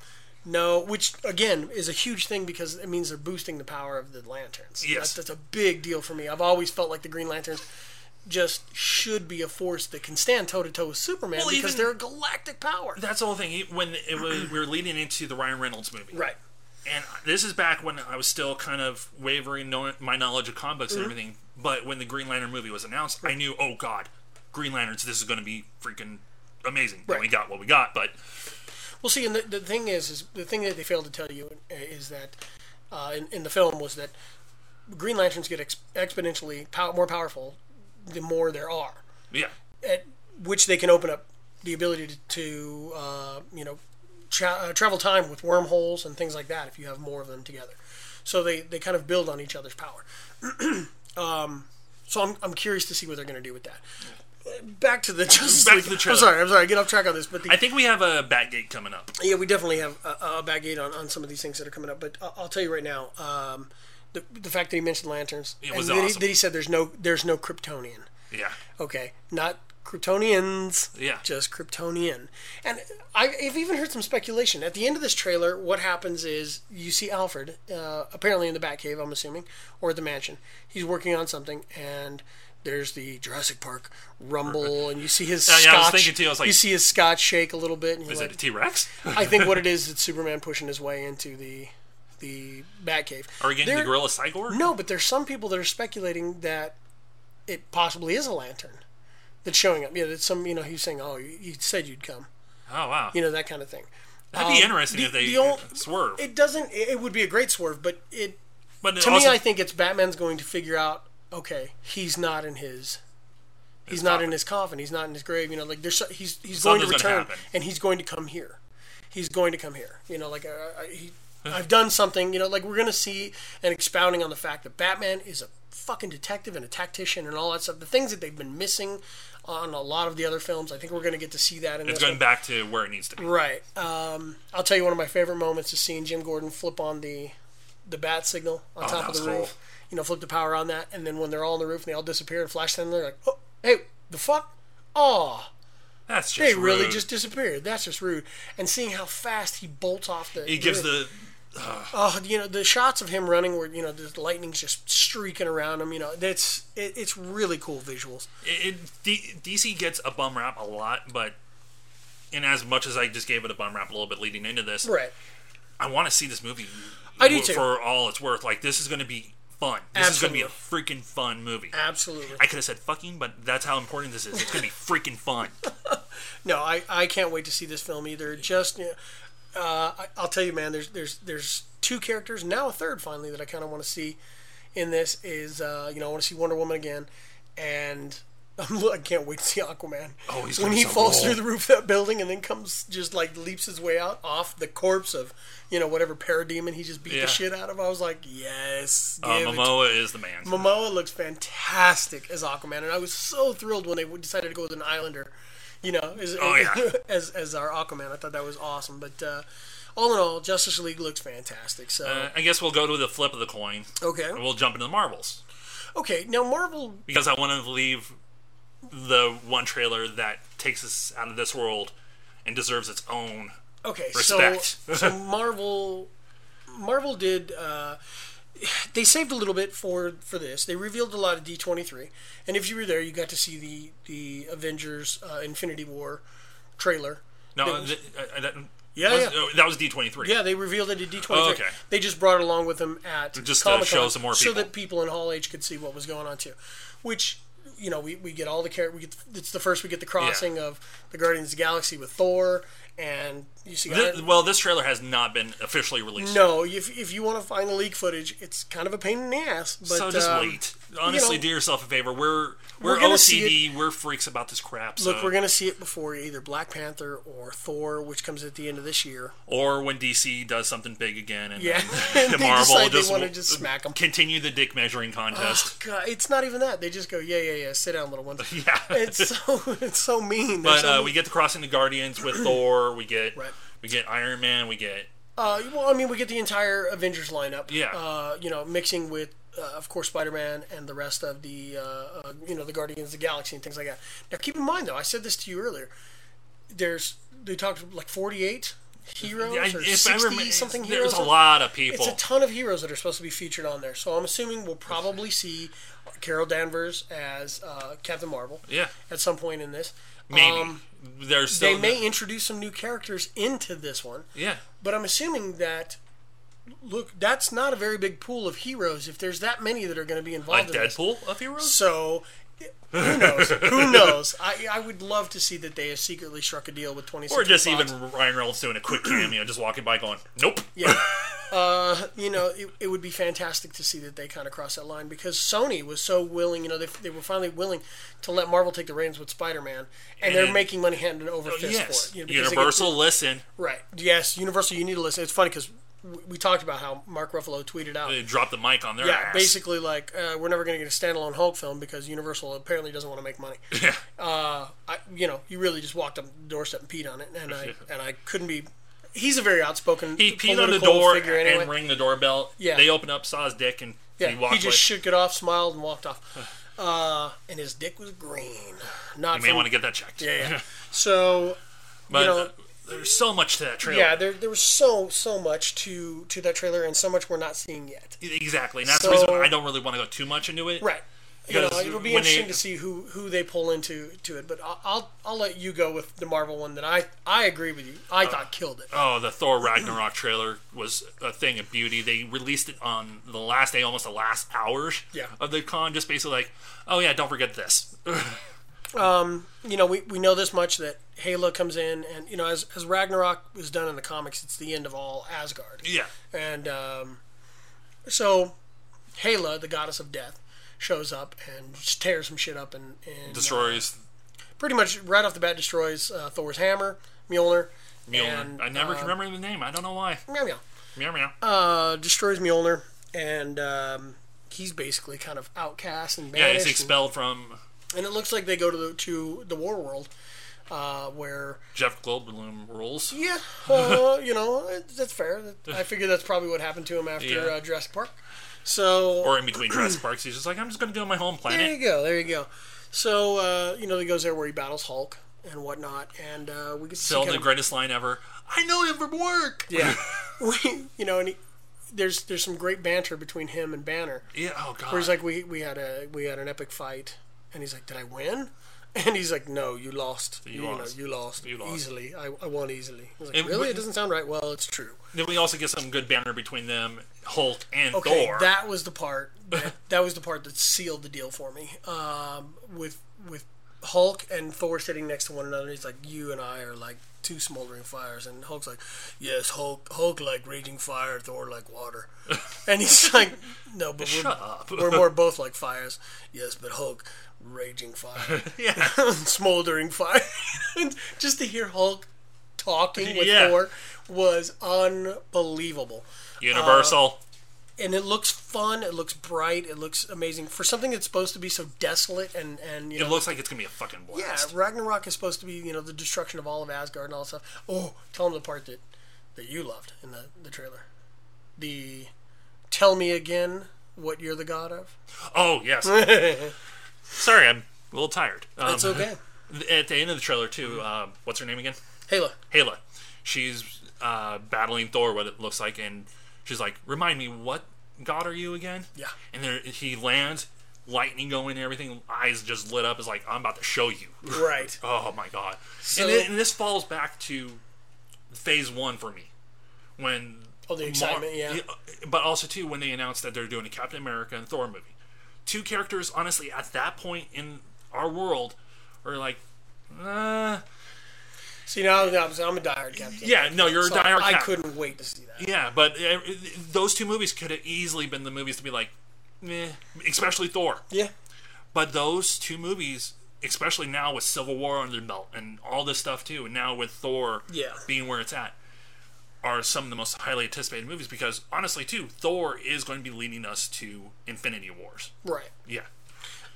[SPEAKER 2] No, which again is a huge thing because it means they're boosting the power of the lanterns.
[SPEAKER 1] Yes.
[SPEAKER 2] That's, that's a big deal for me. I've always felt like the Green Lanterns just should be a force that can stand toe to toe with Superman
[SPEAKER 1] Well,
[SPEAKER 2] because
[SPEAKER 1] even-
[SPEAKER 2] they're a galactic power.
[SPEAKER 1] that's the whole thing. He- When it was, we were leading into the Ryan Reynolds movie,
[SPEAKER 2] Right.
[SPEAKER 1] and this is back when I was still kind of wavering knowing my knowledge of comic
[SPEAKER 2] Mm-hmm.
[SPEAKER 1] books and everything. But when the Green Lantern movie was announced, I knew, oh god, Green Lanterns, this is going to be freaking amazing. And we
[SPEAKER 2] Right.
[SPEAKER 1] got what we got, but
[SPEAKER 2] Well, see, and the, the thing is, is the thing that they failed to tell you is that uh, in, in the film was that Green Lanterns get ex- exponentially pow- more powerful the more there are,
[SPEAKER 1] yeah,
[SPEAKER 2] at which they can open up the ability to, to uh, you know tra- uh, travel time with wormholes and things like that if you have more of them together. So they, they kind of build on each other's power. <clears throat> um, so I'm, I'm curious to see what they're going to do with that. Back to the Justice
[SPEAKER 1] Back to
[SPEAKER 2] League.
[SPEAKER 1] the
[SPEAKER 2] I'm
[SPEAKER 1] trailer.
[SPEAKER 2] sorry. I'm sorry. I Get off track on this, but the,
[SPEAKER 1] I think we have a Batgate coming up.
[SPEAKER 2] yeah, we definitely have a, a bad gate on, on some of these things that are coming up. But I'll, I'll tell you right now, um, the, the fact that he mentioned lanterns,
[SPEAKER 1] It was
[SPEAKER 2] and that, he,
[SPEAKER 1] awesome.
[SPEAKER 2] that he said there's no there's no Kryptonian.
[SPEAKER 1] Yeah,
[SPEAKER 2] Okay, not Kryptonians.
[SPEAKER 1] Yeah.
[SPEAKER 2] just Kryptonian. And I, I've even heard some speculation. At the end of this trailer, what happens is you see Alfred, uh, apparently in the Batcave, I'm assuming, or at the mansion. He's working on something, and there's the Jurassic Park rumble, and you see his
[SPEAKER 1] yeah,
[SPEAKER 2] scotch.
[SPEAKER 1] I was thinking too, I was like-
[SPEAKER 2] you see his scotch shake a little bit, and you're
[SPEAKER 1] is
[SPEAKER 2] like,
[SPEAKER 1] it a T
[SPEAKER 2] <laughs>
[SPEAKER 1] Rex?
[SPEAKER 2] I think what it is, it's Superman pushing his way into the the Batcave.
[SPEAKER 1] Are we getting
[SPEAKER 2] There-
[SPEAKER 1] the Gorilla Cyborg?
[SPEAKER 2] No, but there's some people that are speculating that it possibly is a lantern that's showing up. Yeah, that some you know he's saying, "Oh, you, you said you'd come,"
[SPEAKER 1] Oh wow,
[SPEAKER 2] you know that kind of thing.
[SPEAKER 1] that'd be interesting
[SPEAKER 2] the-
[SPEAKER 1] if they
[SPEAKER 2] the ol-
[SPEAKER 1] swerve.
[SPEAKER 2] It doesn't. It, it would be a great swerve, but it
[SPEAKER 1] but
[SPEAKER 2] to
[SPEAKER 1] also,
[SPEAKER 2] me, I think it's Batman's going to figure out. Okay, he's not in his. He's not in his coffin. He's not in his grave. You know, like there's so- he's he's going to
[SPEAKER 1] Something's gonna
[SPEAKER 2] return,
[SPEAKER 1] happen.
[SPEAKER 2] and he's going to come here. He's going to come here. You know, like uh, I, he, I've done something. You know, like we're going to see and expounding on the fact that Batman is a fucking detective and a tactician and all that stuff. The things that they've been missing on a lot of the other films. I think we're going to get to see that in
[SPEAKER 1] it's
[SPEAKER 2] this
[SPEAKER 1] going
[SPEAKER 2] one.
[SPEAKER 1] back to where it needs to be.
[SPEAKER 2] Right. Um, I'll tell you one of my favorite moments is seeing Jim Gordon flip on the the bat signal on top
[SPEAKER 1] Oh, that
[SPEAKER 2] of the
[SPEAKER 1] was cool.
[SPEAKER 2] roof. You know, flip the power on that, and then when they're all on the roof and they all disappear and flash them, they're like, "Oh, hey, the fuck? Oh,
[SPEAKER 1] That's just
[SPEAKER 2] they really
[SPEAKER 1] rude.
[SPEAKER 2] just disappeared. That's just rude." And seeing how fast he bolts off the
[SPEAKER 1] He gives the
[SPEAKER 2] oh, you know, the shots of him running where you know the lightning's just streaking around him. You know, that's it, it's really cool visuals.
[SPEAKER 1] it, it- D, DC gets a bum rap a lot, but and as much as I just gave it a bum rap a little bit leading into this,
[SPEAKER 2] Right.
[SPEAKER 1] I want to see this movie.
[SPEAKER 2] I do
[SPEAKER 1] w-
[SPEAKER 2] too.
[SPEAKER 1] For all it's worth, like this is going to be fun. This is going to be a freaking fun movie.
[SPEAKER 2] Absolutely.
[SPEAKER 1] I could have said fucking, but that's how important this is. It's going to be freaking
[SPEAKER 2] <laughs>
[SPEAKER 1] fun.
[SPEAKER 2] No, I, I can't wait to see this film either. Just, you know, uh, I, I'll tell you, man. There's there's there's two characters now, a third finally that I kind of want to see in this is uh, you know I want to see Wonder Woman again, and <laughs> I'm, I can't wait to see Aquaman.
[SPEAKER 1] Oh, he's
[SPEAKER 2] when
[SPEAKER 1] gonna
[SPEAKER 2] he
[SPEAKER 1] be so
[SPEAKER 2] falls
[SPEAKER 1] cool.
[SPEAKER 2] through the roof of that building and then comes just like leaps his way out off the corpse of you know whatever parademon he just beat
[SPEAKER 1] Yeah.
[SPEAKER 2] the shit out of. I was like, yes,
[SPEAKER 1] Uh,
[SPEAKER 2] give it to
[SPEAKER 1] Momoa is the man.
[SPEAKER 2] Momoa looks fantastic as Aquaman, and I was so thrilled when they decided to go with an Islander, you know, as
[SPEAKER 1] Oh, yeah.
[SPEAKER 2] <laughs> as, as our Aquaman. I thought that was awesome. But uh, all in all, Justice League looks fantastic. So
[SPEAKER 1] Uh, I guess we'll go to the flip of the coin.
[SPEAKER 2] okay,
[SPEAKER 1] And we'll jump into the Marvels
[SPEAKER 2] okay. Now Marvel,
[SPEAKER 1] because I want to leave the one trailer that takes us out of this world and deserves its own.
[SPEAKER 2] okay,
[SPEAKER 1] Respect. <laughs>
[SPEAKER 2] so so Marvel, Marvel did. Uh, they saved a little bit for for this. They revealed a lot of D twenty three, and if you were there, you got to see the the Avengers uh, Infinity War trailer.
[SPEAKER 1] No, th- uh, that,
[SPEAKER 2] Yeah,
[SPEAKER 1] that was,
[SPEAKER 2] yeah.
[SPEAKER 1] oh, that was D twenty three.
[SPEAKER 2] Yeah, they revealed it at D23.
[SPEAKER 1] Oh, okay.
[SPEAKER 2] They just brought it along with them at
[SPEAKER 1] Just to
[SPEAKER 2] Comic-Con
[SPEAKER 1] show some more
[SPEAKER 2] so
[SPEAKER 1] people.
[SPEAKER 2] that people in Hall H could see what was going on too. Which you know, we, we get all the character. We get it's the first we get the crossing of the Guardians of the Galaxy with Thor, and you see.
[SPEAKER 1] Thi- well, this trailer has not been officially released.
[SPEAKER 2] no, if, if you want to find the leak footage, it's kind of a pain in the ass. But
[SPEAKER 1] so just
[SPEAKER 2] um,
[SPEAKER 1] wait. Honestly,
[SPEAKER 2] know-
[SPEAKER 1] do yourself a favor. We're we're,
[SPEAKER 2] We're gonna see
[SPEAKER 1] OCD. We're freaks about this crap. So.
[SPEAKER 2] Look, we're gonna see it before either Black Panther or Thor, which comes at the end of
[SPEAKER 1] <laughs>
[SPEAKER 2] this year.
[SPEAKER 1] or when DC does something big again, and
[SPEAKER 2] Yeah, <laughs>
[SPEAKER 1] then
[SPEAKER 2] they
[SPEAKER 1] the Marvel
[SPEAKER 2] decide they
[SPEAKER 1] just
[SPEAKER 2] wanna
[SPEAKER 1] will-
[SPEAKER 2] just
[SPEAKER 1] <laughs>
[SPEAKER 2] smack 'em.
[SPEAKER 1] Continue the dick measuring
[SPEAKER 2] <sighs>
[SPEAKER 1] contest. <laughs>
[SPEAKER 2] God, it's not even that. They just go, yeah, yeah, yeah. Sit down, little one.
[SPEAKER 1] yeah,
[SPEAKER 2] It's so <laughs> it's so mean. They're
[SPEAKER 1] but
[SPEAKER 2] so
[SPEAKER 1] uh, we get the crossing the Guardians
[SPEAKER 2] <clears throat>
[SPEAKER 1] with Thor. We get
[SPEAKER 2] Right.
[SPEAKER 1] we get Iron Man. We get
[SPEAKER 2] Uh, well, I mean, we get the entire Avengers lineup.
[SPEAKER 1] Yeah.
[SPEAKER 2] Uh, you know, mixing with, uh, of course, Spider-Man and the rest of the, uh, uh, you know, the Guardians of the Galaxy and things like that. Now, keep in mind, though, I said this to you earlier. There's they talked like 48 heroes
[SPEAKER 1] I-
[SPEAKER 2] or
[SPEAKER 1] if I
[SPEAKER 2] 60
[SPEAKER 1] remember-
[SPEAKER 2] something heroes.
[SPEAKER 1] There's a lot of people.
[SPEAKER 2] It's a ton of heroes that are supposed to be featured on there. So I'm assuming we'll probably see Carol Danvers as uh, Captain Marvel
[SPEAKER 1] yeah,
[SPEAKER 2] at some point in this.
[SPEAKER 1] maybe
[SPEAKER 2] Um,
[SPEAKER 1] there's
[SPEAKER 2] they
[SPEAKER 1] still,
[SPEAKER 2] may introduce some new characters into this one.
[SPEAKER 1] yeah.
[SPEAKER 2] But I'm assuming that look, that's not a very big pool of heroes if there's that many that are going to be
[SPEAKER 1] A
[SPEAKER 2] involved in this.
[SPEAKER 1] Deadpool of heroes.
[SPEAKER 2] So
[SPEAKER 1] <laughs>
[SPEAKER 2] who knows? who knows? I I would love to see that they have secretly struck a deal with 26
[SPEAKER 1] Or just
[SPEAKER 2] Fox.
[SPEAKER 1] even Ryan Reynolds doing a
[SPEAKER 2] <clears throat>
[SPEAKER 1] quick cameo, just walking by, going, "Nope." <laughs>
[SPEAKER 2] yeah. Uh, you know, it, it would be fantastic to see that they kind of cross that line because Sony was so willing. You know, they, they were finally willing to let Marvel take the reins with Spider-Man, and, they're
[SPEAKER 1] And- Oh,
[SPEAKER 2] making money hand and over fist
[SPEAKER 1] yes,
[SPEAKER 2] for it. You know, because they get-
[SPEAKER 1] Universal. listen,
[SPEAKER 2] Right. Yes, Universal, you need to listen. It's funny because we talked about how Mark Ruffalo tweeted out.
[SPEAKER 1] they dropped the mic on their
[SPEAKER 2] yeah,
[SPEAKER 1] ass.
[SPEAKER 2] basically, like, uh, we're never going to get a standalone Hulk film because Universal apparently doesn't want to make money.
[SPEAKER 1] <laughs> Yeah.
[SPEAKER 2] Uh, I, you know, you really just walked up the doorstep and peed on it,
[SPEAKER 1] <laughs>
[SPEAKER 2] and I and I couldn't be. He's a very outspoken.
[SPEAKER 1] He peed on the
[SPEAKER 2] political
[SPEAKER 1] door
[SPEAKER 2] figure anyway.
[SPEAKER 1] and rang the doorbell.
[SPEAKER 2] Yeah.
[SPEAKER 1] They opened up, saw his dick, and
[SPEAKER 2] Yeah,
[SPEAKER 1] he
[SPEAKER 2] he,
[SPEAKER 1] walked
[SPEAKER 2] just
[SPEAKER 1] away.
[SPEAKER 2] shook it off, smiled,
[SPEAKER 1] <sighs>
[SPEAKER 2] and walked off. Uh, and his dick was green. Not
[SPEAKER 1] You may
[SPEAKER 2] from-
[SPEAKER 1] want to get that checked.
[SPEAKER 2] <laughs>
[SPEAKER 1] <laughs>
[SPEAKER 2] yeah, yeah. So
[SPEAKER 1] but
[SPEAKER 2] know-
[SPEAKER 1] uh, there's so much to that trailer.
[SPEAKER 2] yeah, there there was so so much to to that trailer, and so much we're not seeing yet.
[SPEAKER 1] Exactly. And that's
[SPEAKER 2] So-
[SPEAKER 1] the reason why I don't really want to go too much into it.
[SPEAKER 2] Right. You know,
[SPEAKER 1] Because
[SPEAKER 2] it'll be
[SPEAKER 1] when
[SPEAKER 2] interesting
[SPEAKER 1] they-
[SPEAKER 2] to see who, who they pull into to it. But I'll, I'll I'll let you go with the Marvel one that I I agree with you. I thought killed it.
[SPEAKER 1] Oh, the Thor Ragnarok trailer was a thing of beauty. They released it on the last day, almost the last hours
[SPEAKER 2] Yeah.
[SPEAKER 1] of the con, just basically like, oh yeah, don't forget this.
[SPEAKER 2] You know, we, we know this much that Hela comes in, and you know, as as Ragnarok was done in the comics, it's the end of all Asgard.
[SPEAKER 1] yeah.
[SPEAKER 2] And um, so Hela, the goddess of death, shows up and just tears some shit up and, and
[SPEAKER 1] Destroys
[SPEAKER 2] pretty much right off the bat destroys uh, Thor's hammer, Mjolnir,
[SPEAKER 1] Mjolnir.
[SPEAKER 2] and
[SPEAKER 1] I never
[SPEAKER 2] uh,
[SPEAKER 1] can remember the name. I don't know why.
[SPEAKER 2] meow, meow.
[SPEAKER 1] Meow meow.
[SPEAKER 2] uh, destroys Mjolnir, and um, he's basically kind of outcast and
[SPEAKER 1] yeah,
[SPEAKER 2] banished.
[SPEAKER 1] it's expelled from
[SPEAKER 2] and, and it looks like they go to the, to the war world, uh, where
[SPEAKER 1] Jeff Goldblum rules. <laughs>
[SPEAKER 2] yeah, uh, you know it- that's fair. That- I figure that's probably what happened to him after
[SPEAKER 1] Yeah.
[SPEAKER 2] uh, Jurassic Park. So
[SPEAKER 1] Or in between Jurassic Parks, he's just like, I'm just going to go on my home planet.
[SPEAKER 2] there you go, there you go. So uh, you know he goes there where he battles Hulk and whatnot, and uh, we get to see
[SPEAKER 1] Still
[SPEAKER 2] kind
[SPEAKER 1] the
[SPEAKER 2] of-
[SPEAKER 1] greatest line ever. I know him from work.
[SPEAKER 2] yeah, <laughs> we, you know, and he, there's there's some great banter between him and Banner.
[SPEAKER 1] Yeah. Oh god.
[SPEAKER 2] Where he's like, we we had a we had an epic fight, and he's like, did I win? <laughs> And he's like, no, you lost. You, know,
[SPEAKER 1] lost.
[SPEAKER 2] you lost.
[SPEAKER 1] You lost.
[SPEAKER 2] easily. I, I won easily. He's like,
[SPEAKER 1] And
[SPEAKER 2] really?
[SPEAKER 1] wh-
[SPEAKER 2] It doesn't sound right. Well, it's true.
[SPEAKER 1] then we also get some good banner between them, Hulk and
[SPEAKER 2] Okay,
[SPEAKER 1] Thor.
[SPEAKER 2] that was the part. That, <laughs> that was the part that sealed the deal for me. Um, with with Hulk and Thor sitting next to one another, he's like, you and I are like two smoldering fires, and Hulk's like, yes, Hulk, Hulk like raging fire, Thor like
[SPEAKER 1] <laughs>
[SPEAKER 2] water, and he's like, no, but we're,
[SPEAKER 1] Shut up.
[SPEAKER 2] We're more both like fires. Yes, but Hulk, raging fire,
[SPEAKER 1] <laughs>
[SPEAKER 2] <laughs>
[SPEAKER 1] yeah.
[SPEAKER 2] smoldering fire. <laughs> and just to hear Hulk talking with
[SPEAKER 1] Yeah.
[SPEAKER 2] Thor was unbelievable.
[SPEAKER 1] Universal.
[SPEAKER 2] And it looks fun. It looks bright. It looks amazing for something that's supposed to be so desolate and and you
[SPEAKER 1] it
[SPEAKER 2] know.
[SPEAKER 1] looks like it's gonna be a fucking
[SPEAKER 2] yeah,
[SPEAKER 1] blast.
[SPEAKER 2] Ragnarok is supposed to be, you know, the destruction of all of Asgard and all that stuff. Oh, tell them the part that, that you loved in the, the trailer. The tell me again what you're the god of.
[SPEAKER 1] Oh
[SPEAKER 2] <laughs>
[SPEAKER 1] yes. Sorry, I'm a little tired. Um,
[SPEAKER 2] That's okay.
[SPEAKER 1] <laughs> At the end of the trailer too. Uh, what's her name again?
[SPEAKER 2] Halo.
[SPEAKER 1] Hela. She's uh, battling Thor. What it looks like, and she's like, "Remind me, what god are you again?"
[SPEAKER 2] Yeah.
[SPEAKER 1] And there he lands, lightning going, and everything. Eyes just lit up. Is like, I'm about to show you.
[SPEAKER 2] Right.
[SPEAKER 1] Oh my god!
[SPEAKER 2] So-
[SPEAKER 1] and, it, and this falls back to phase one for me, when uh,
[SPEAKER 2] Oh, the excitement, yeah.
[SPEAKER 1] But also too when they announced that they're doing a Captain America and Thor movie, two characters honestly at that point in our world are like, uh,
[SPEAKER 2] See, now I'm the opposite. I'm a diehard Captain.
[SPEAKER 1] Yeah, no, you're
[SPEAKER 2] So
[SPEAKER 1] a diehard.
[SPEAKER 2] I
[SPEAKER 1] Cap-
[SPEAKER 2] couldn't wait to see that.
[SPEAKER 1] Yeah, but uh, those two movies could have easily been the movies to be like, meh, especially Thor.
[SPEAKER 2] Yeah.
[SPEAKER 1] But those two movies, especially now with Civil War under the belt and all this stuff too, and now with Thor
[SPEAKER 2] Yeah.
[SPEAKER 1] being where it's at, are some of the most highly anticipated movies because honestly, too, Thor is going to be leading us to Infinity Wars.
[SPEAKER 2] Right.
[SPEAKER 1] Yeah.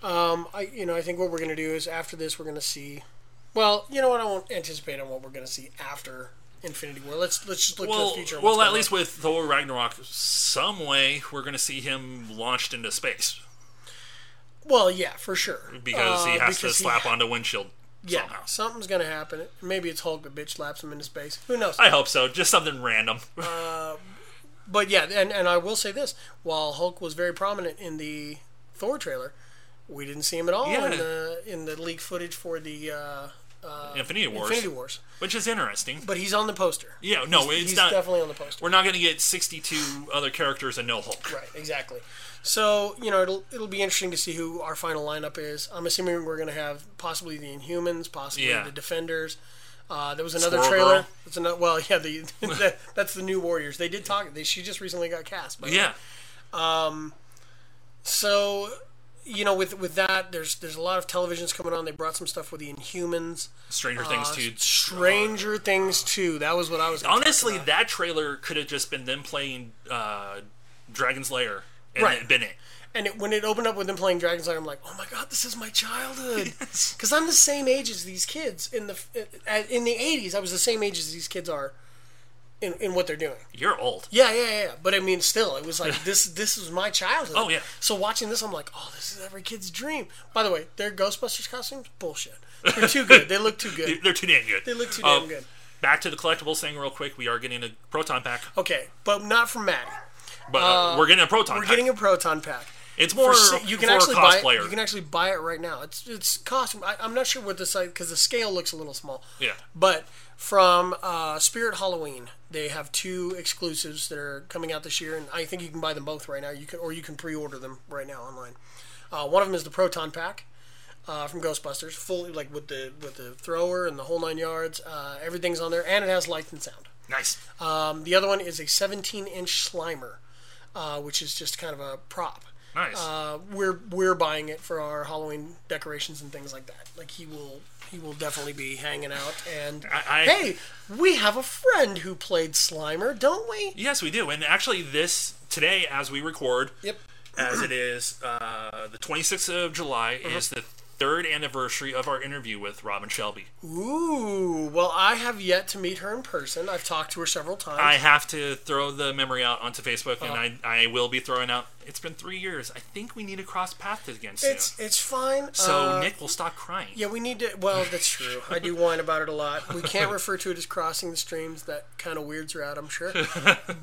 [SPEAKER 2] Um, I you know I think what we're gonna do is after this we're gonna see. Well, you know what? I won't anticipate on what we're gonna see after Infinity War. Let's let's just look to
[SPEAKER 1] Well,
[SPEAKER 2] the future. of what's
[SPEAKER 1] well, at
[SPEAKER 2] going
[SPEAKER 1] least with Thor Ragnarok, some way we're going to see him launched into space
[SPEAKER 2] on. well, yeah, for sure.
[SPEAKER 1] because he
[SPEAKER 2] Uh,
[SPEAKER 1] has
[SPEAKER 2] because
[SPEAKER 1] to
[SPEAKER 2] he-
[SPEAKER 1] slap onto windshield
[SPEAKER 2] Yeah,
[SPEAKER 1] somehow.
[SPEAKER 2] something's gonna happen. Maybe it's Hulk that bitch slaps him into space. Who knows?
[SPEAKER 1] I hope so. Just something random.
[SPEAKER 2] But yeah, and, and I will say this: while Hulk was very prominent in the Thor trailer, we didn't see him at all
[SPEAKER 1] Yeah.
[SPEAKER 2] in the in the leaked footage for the uh,
[SPEAKER 1] Infinity Wars,
[SPEAKER 2] Infinity Wars.
[SPEAKER 1] which is interesting.
[SPEAKER 2] But he's on the poster.
[SPEAKER 1] Yeah, no, it's
[SPEAKER 2] he's
[SPEAKER 1] not.
[SPEAKER 2] definitely on the poster.
[SPEAKER 1] We're not going to get 62 other characters and no Hulk.
[SPEAKER 2] Right, exactly. So you know it'll it'll be interesting to see who our final lineup is. I'm assuming we're going to have possibly the Inhumans, possibly
[SPEAKER 1] Yeah.
[SPEAKER 2] the Defenders. Uh, there was another
[SPEAKER 1] Squirrel
[SPEAKER 2] trailer.
[SPEAKER 1] Girl.
[SPEAKER 2] That's another. Well, <laughs>
[SPEAKER 1] <laughs>
[SPEAKER 2] yeah, the, the that's the new Warriors. They did talk. They, she just recently got cast. But
[SPEAKER 1] Yeah,
[SPEAKER 2] so you know with with that, there's there's a lot of televisions coming on. They brought some stuff with the Inhumans,
[SPEAKER 1] Stranger Things
[SPEAKER 2] Uh,
[SPEAKER 1] too.
[SPEAKER 2] Stranger Things too. That was what I was gonna talk
[SPEAKER 1] Honestly,
[SPEAKER 2] about.
[SPEAKER 1] that trailer could have just been them playing uh, Dragon's Lair and
[SPEAKER 2] Right.
[SPEAKER 1] it been it.
[SPEAKER 2] And it, when it opened up with them playing Dragon's Lair, I'm like, oh my god, this is my <laughs> childhood. Because I'm the same age as these kids in the uh, in the 80s. I was the same age as these kids are in, in what they're doing.
[SPEAKER 1] You're old.
[SPEAKER 2] Yeah, yeah, yeah. But I mean, still, it was like this. This was my childhood.
[SPEAKER 1] Oh, yeah.
[SPEAKER 2] So watching this, I'm like, oh, this is every kid's dream. By the way, their Ghostbusters costumes, bullshit. They're too good. They look too <laughs> good.
[SPEAKER 1] They're too damn good. They
[SPEAKER 2] look too damn good.
[SPEAKER 1] Back to the collectibles thing, real quick. We are getting a proton pack,
[SPEAKER 2] Okay, but not from Maddie.
[SPEAKER 1] but uh, we're getting a proton
[SPEAKER 2] We're
[SPEAKER 1] pack.
[SPEAKER 2] getting a proton pack.
[SPEAKER 1] it's more
[SPEAKER 2] si- you can
[SPEAKER 1] for
[SPEAKER 2] actually
[SPEAKER 1] a
[SPEAKER 2] buy
[SPEAKER 1] cosplayer.
[SPEAKER 2] it, you can actually buy it right now. It's it's costume. I, I'm not sure what the size because the scale looks a little small.
[SPEAKER 1] Yeah.
[SPEAKER 2] But from uh, Spirit Halloween, they have two exclusives that are coming out this year, and I think you can buy them both right now. You can or you can pre-order them right now online. Uh, one of them is the Proton Pack. Uh, from Ghostbusters, fully like with the with the thrower and the whole nine yards, uh, everything's on there, and it has lights and sound.
[SPEAKER 1] nice.
[SPEAKER 2] Um, the other one is a 17-inch Slimer, uh, which is just kind of a prop
[SPEAKER 1] Nice.
[SPEAKER 2] uh, we're we're buying it for our Halloween decorations and things like that. Like he will he will definitely be hanging out and
[SPEAKER 1] I- I-
[SPEAKER 2] hey, we have a friend who played Slimer, don't we?
[SPEAKER 1] yes, we do. And actually, this today, as we record,
[SPEAKER 2] Yep.
[SPEAKER 1] as it is uh, the 26th of July
[SPEAKER 2] Uh-huh.
[SPEAKER 1] is the third anniversary of our interview with Robin Shelby.
[SPEAKER 2] Ooh, well I have yet to meet her in person. I've talked to her several times.
[SPEAKER 1] I have to throw the memory out onto Facebook, and I,
[SPEAKER 2] Uh-huh.
[SPEAKER 1] I will be throwing out. It's been three years. I think we need to cross paths again soon.
[SPEAKER 2] it's it's fine.
[SPEAKER 1] so
[SPEAKER 2] uh,
[SPEAKER 1] Nick will stop crying.
[SPEAKER 2] yeah, we need to. Well, that's true. I do whine about it a lot. We can't refer to it as crossing the streams. That kind of weirds her out,
[SPEAKER 1] <laughs>
[SPEAKER 2] I'm sure.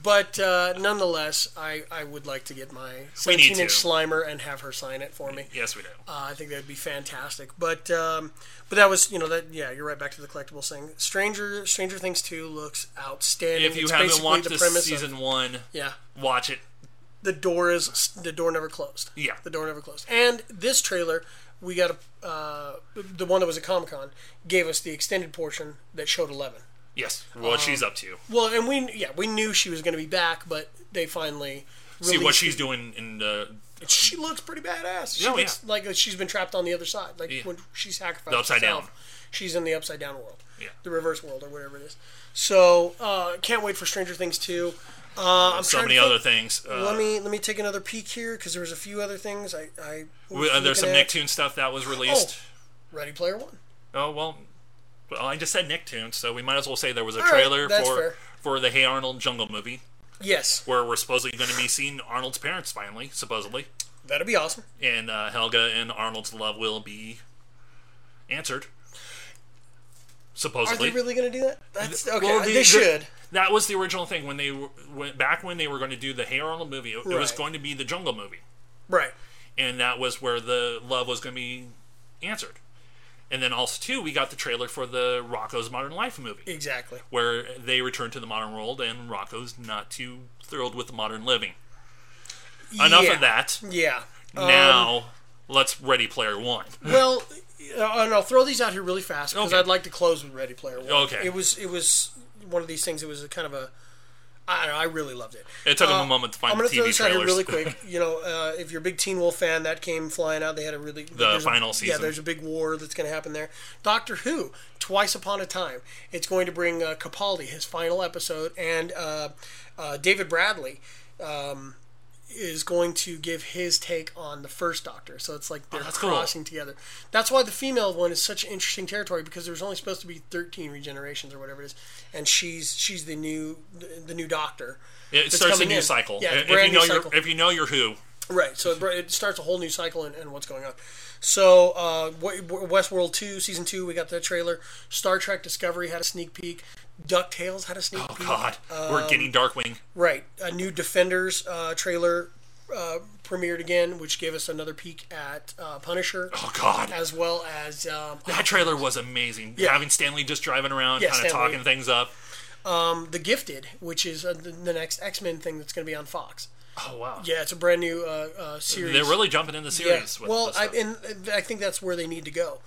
[SPEAKER 2] But uh, nonetheless, I, I would like to get my
[SPEAKER 1] We need
[SPEAKER 2] 17 inch
[SPEAKER 1] to.
[SPEAKER 2] Slimer and have her sign it for me.
[SPEAKER 1] Yes, we do.
[SPEAKER 2] Uh, I think that'd be fantastic. But um, but that was you know that yeah you're right back to the collectibles thing. Stranger Stranger Things two looks outstanding.
[SPEAKER 1] if you
[SPEAKER 2] It's
[SPEAKER 1] haven't
[SPEAKER 2] basically
[SPEAKER 1] watched
[SPEAKER 2] the
[SPEAKER 1] this
[SPEAKER 2] premise of-
[SPEAKER 1] season one,
[SPEAKER 2] yeah,
[SPEAKER 1] watch it.
[SPEAKER 2] the door is the door never closed.
[SPEAKER 1] Yeah.
[SPEAKER 2] the door never closed. And this trailer we got a uh, the one that was at Comic Con gave us the extended portion that showed eleven.
[SPEAKER 1] Yes, what
[SPEAKER 2] Um,
[SPEAKER 1] she's up to.
[SPEAKER 2] Well, and we yeah we knew she was going to be back, but they finally
[SPEAKER 1] See what
[SPEAKER 2] released
[SPEAKER 1] she's doing in the
[SPEAKER 2] she looks pretty badass. She
[SPEAKER 1] Oh, yeah.
[SPEAKER 2] looks like she's been trapped on the other side, like when she sacrificed
[SPEAKER 1] The upside
[SPEAKER 2] herself,
[SPEAKER 1] down.
[SPEAKER 2] She's in the upside down world,
[SPEAKER 1] Yeah.
[SPEAKER 2] the reverse world or whatever it is. So uh, can't wait for Stranger Things two. Uh, I'm
[SPEAKER 1] so
[SPEAKER 2] trying
[SPEAKER 1] many
[SPEAKER 2] to think-
[SPEAKER 1] other things. Uh,
[SPEAKER 2] Let me let me take another peek here because there was a few other things I. I was
[SPEAKER 1] uh, there's some
[SPEAKER 2] looking at. Oh,
[SPEAKER 1] Nicktoon stuff that was released.
[SPEAKER 2] Ready Player One.
[SPEAKER 1] Oh, well, well, I just said Nicktoon, so we might as well say there was a
[SPEAKER 2] right,
[SPEAKER 1] trailer
[SPEAKER 2] that's
[SPEAKER 1] for
[SPEAKER 2] fair.
[SPEAKER 1] for the Hey Arnold Jungle movie
[SPEAKER 2] Yes,
[SPEAKER 1] where we're supposedly going to be seeing Arnold's parents finally, supposedly,
[SPEAKER 2] that'd be awesome.
[SPEAKER 1] and uh, Helga and Arnold's love will be answered.
[SPEAKER 2] Are
[SPEAKER 1] Supposedly,
[SPEAKER 2] they really going to do that? That's okay. uh,
[SPEAKER 1] Well, the-
[SPEAKER 2] they
[SPEAKER 1] the-
[SPEAKER 2] should.
[SPEAKER 1] That was the original thing when they were- went back when they were going to do the Hey Arnold movie. It, it was
[SPEAKER 2] Right.
[SPEAKER 1] going to be the Jungle movie,
[SPEAKER 2] Right.
[SPEAKER 1] and that was where the love was going to be answered. And then also too, we got the trailer for the Rocco's Modern Life movie,
[SPEAKER 2] Exactly.
[SPEAKER 1] where they return to the modern world, and Rocco's not too thrilled with the modern living. Enough
[SPEAKER 2] yeah. Um,
[SPEAKER 1] of that.
[SPEAKER 2] Yeah.
[SPEAKER 1] Now let's Ready Player One.
[SPEAKER 2] Well, uh, and I'll throw these out here really fast because
[SPEAKER 1] Okay.
[SPEAKER 2] I'd like to close with Ready Player One.
[SPEAKER 1] Okay.
[SPEAKER 2] It was it was one of these things. It was a kind of a I don't know. I really loved it.
[SPEAKER 1] It took them a moment to find
[SPEAKER 2] Uh, I'm
[SPEAKER 1] the
[SPEAKER 2] gonna throw
[SPEAKER 1] TV
[SPEAKER 2] this out here
[SPEAKER 1] trailers. <laughs>
[SPEAKER 2] really quick. You know, uh, if you're a big Teen Wolf fan, that came flying out. They had a really there's a-
[SPEAKER 1] final
[SPEAKER 2] Yeah,
[SPEAKER 1] season.
[SPEAKER 2] there's a big war that's going to happen there. Doctor Who, Twice Upon a Time. It's going to bring uh, Capaldi his final episode, and uh, uh, David Bradley. Um, is going to give his take on the first Doctor, so it's like they're
[SPEAKER 1] Oh, that's cool.
[SPEAKER 2] crossing together. That's why the female one is such interesting territory because there's only supposed to be 13 regenerations or whatever it is, and she's she's the new the new Doctor.
[SPEAKER 1] it
[SPEAKER 2] that's
[SPEAKER 1] starts a
[SPEAKER 2] coming
[SPEAKER 1] new
[SPEAKER 2] in.
[SPEAKER 1] cycle.
[SPEAKER 2] Yeah,
[SPEAKER 1] if
[SPEAKER 2] it's a
[SPEAKER 1] you
[SPEAKER 2] brand
[SPEAKER 1] know
[SPEAKER 2] new
[SPEAKER 1] your
[SPEAKER 2] cycle.
[SPEAKER 1] if you know your who,
[SPEAKER 2] Right. So it, br- it starts a whole new cycle and, and what's going on. So uh, W- W- Westworld two season two, we got the trailer. Star Trek Discovery had a sneak peek. Ducktales had a sneak
[SPEAKER 1] oh
[SPEAKER 2] peek.
[SPEAKER 1] god,
[SPEAKER 2] Um,
[SPEAKER 1] we're getting Darkwing.
[SPEAKER 2] Right. A new Defenders uh, trailer uh, premiered again, which gave us another peek at uh, Punisher,
[SPEAKER 1] Oh god,
[SPEAKER 2] as well as um,
[SPEAKER 1] that trailer was amazing. Having Stanley just driving around,
[SPEAKER 2] Yeah,
[SPEAKER 1] kind of
[SPEAKER 2] Stan Lee.
[SPEAKER 1] talking things up.
[SPEAKER 2] um, The Gifted, which is uh, the, the next X Men thing that's going to be on Fox.
[SPEAKER 1] Oh wow,
[SPEAKER 2] Yeah, it's a brand new uh, uh, series.
[SPEAKER 1] they're really jumping into series. With
[SPEAKER 2] well,
[SPEAKER 1] this
[SPEAKER 2] I,
[SPEAKER 1] stuff.
[SPEAKER 2] and I think that's where they need to go.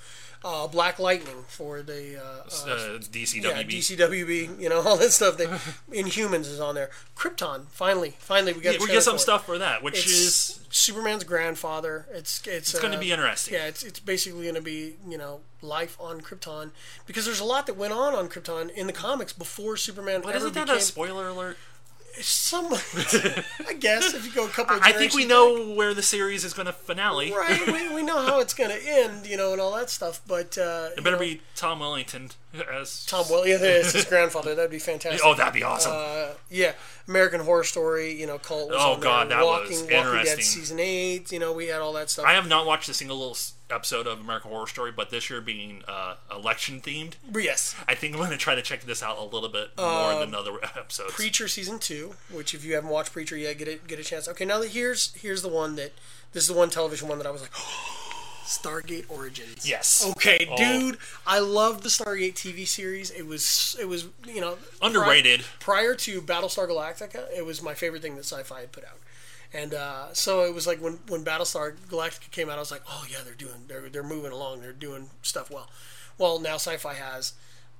[SPEAKER 2] Uh, Black Lightning for the uh, uh,
[SPEAKER 1] uh, DCWB.
[SPEAKER 2] yeah, DCWB, you know, <laughs> all that stuff. They,
[SPEAKER 1] <laughs>
[SPEAKER 2] Inhumans is on there. Krypton, finally, finally, we got. a
[SPEAKER 1] we
[SPEAKER 2] trailer
[SPEAKER 1] get some
[SPEAKER 2] for it.
[SPEAKER 1] stuff for that, which
[SPEAKER 2] It's
[SPEAKER 1] is
[SPEAKER 2] Superman's grandfather. It's it's,
[SPEAKER 1] it's going to
[SPEAKER 2] uh,
[SPEAKER 1] be interesting.
[SPEAKER 2] Yeah, it's it's basically going to be you know life on Krypton because there's a lot that went on on Krypton in the comics before Superman.
[SPEAKER 1] but
[SPEAKER 2] ever
[SPEAKER 1] isn't that
[SPEAKER 2] became,
[SPEAKER 1] a
[SPEAKER 2] <laughs>
[SPEAKER 1] spoiler alert?
[SPEAKER 2] some?
[SPEAKER 1] <laughs>
[SPEAKER 2] I guess if you go a couple. Of
[SPEAKER 1] I think we
[SPEAKER 2] generations
[SPEAKER 1] know where the series is going to finale.
[SPEAKER 2] right? We, we know how it's going to end, you know, and all that stuff. But uh,
[SPEAKER 1] It better be Tom Wellington as
[SPEAKER 2] Tom Well, yeah, it's his grandfather. That'd be fantastic.
[SPEAKER 1] Oh, that'd be awesome.
[SPEAKER 2] Uh, yeah, American Horror Story. You know, cult. Was
[SPEAKER 1] Oh,
[SPEAKER 2] on
[SPEAKER 1] God,
[SPEAKER 2] there.
[SPEAKER 1] that was
[SPEAKER 2] Walking, Walking Dead
[SPEAKER 1] interesting.
[SPEAKER 2] season eight. You know, we had all that stuff.
[SPEAKER 1] I have not watched a single little s- episode of American Horror Story, but this year being uh, election themed,
[SPEAKER 2] But yes,
[SPEAKER 1] I think I'm going to try to check this out a little bit more
[SPEAKER 2] Um,
[SPEAKER 1] than other <laughs> episodes.
[SPEAKER 2] Preacher season two. Which, if you haven't watched Preacher yet, get it, get a chance. Okay, now that here's here's the one that this is the one television one that I was like, <gasps> Stargate Origins.
[SPEAKER 1] yes. Oh.
[SPEAKER 2] Okay, dude, I loved the Stargate TV series. It was it was you know pri-
[SPEAKER 1] Underrated.
[SPEAKER 2] Prior, to Battlestar Galactica, it was my favorite thing that sci-fi had put out, and uh, so it was like when when Battlestar Galactica came out, I was like, oh yeah, they're doing they're they're moving along, they're doing stuff well. Well, now sci-fi has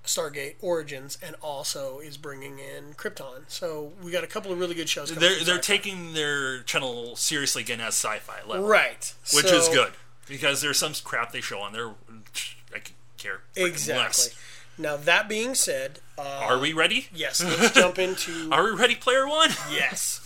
[SPEAKER 2] Stargate Origins and also is bringing in Krypton, so we got a couple of really good shows. coming
[SPEAKER 1] They're
[SPEAKER 2] from
[SPEAKER 1] they're
[SPEAKER 2] sci-fi.
[SPEAKER 1] taking their channel seriously again as sci-fi level,
[SPEAKER 2] right,
[SPEAKER 1] which
[SPEAKER 2] so-
[SPEAKER 1] is good because there's some crap they show on there. I could care freaking
[SPEAKER 2] exactly.
[SPEAKER 1] less.
[SPEAKER 2] Now that being said, uh,
[SPEAKER 1] Are we ready?
[SPEAKER 2] yes,
[SPEAKER 1] <laughs>
[SPEAKER 2] let's jump into
[SPEAKER 1] Are we ready, Player One? <laughs>
[SPEAKER 2] yes.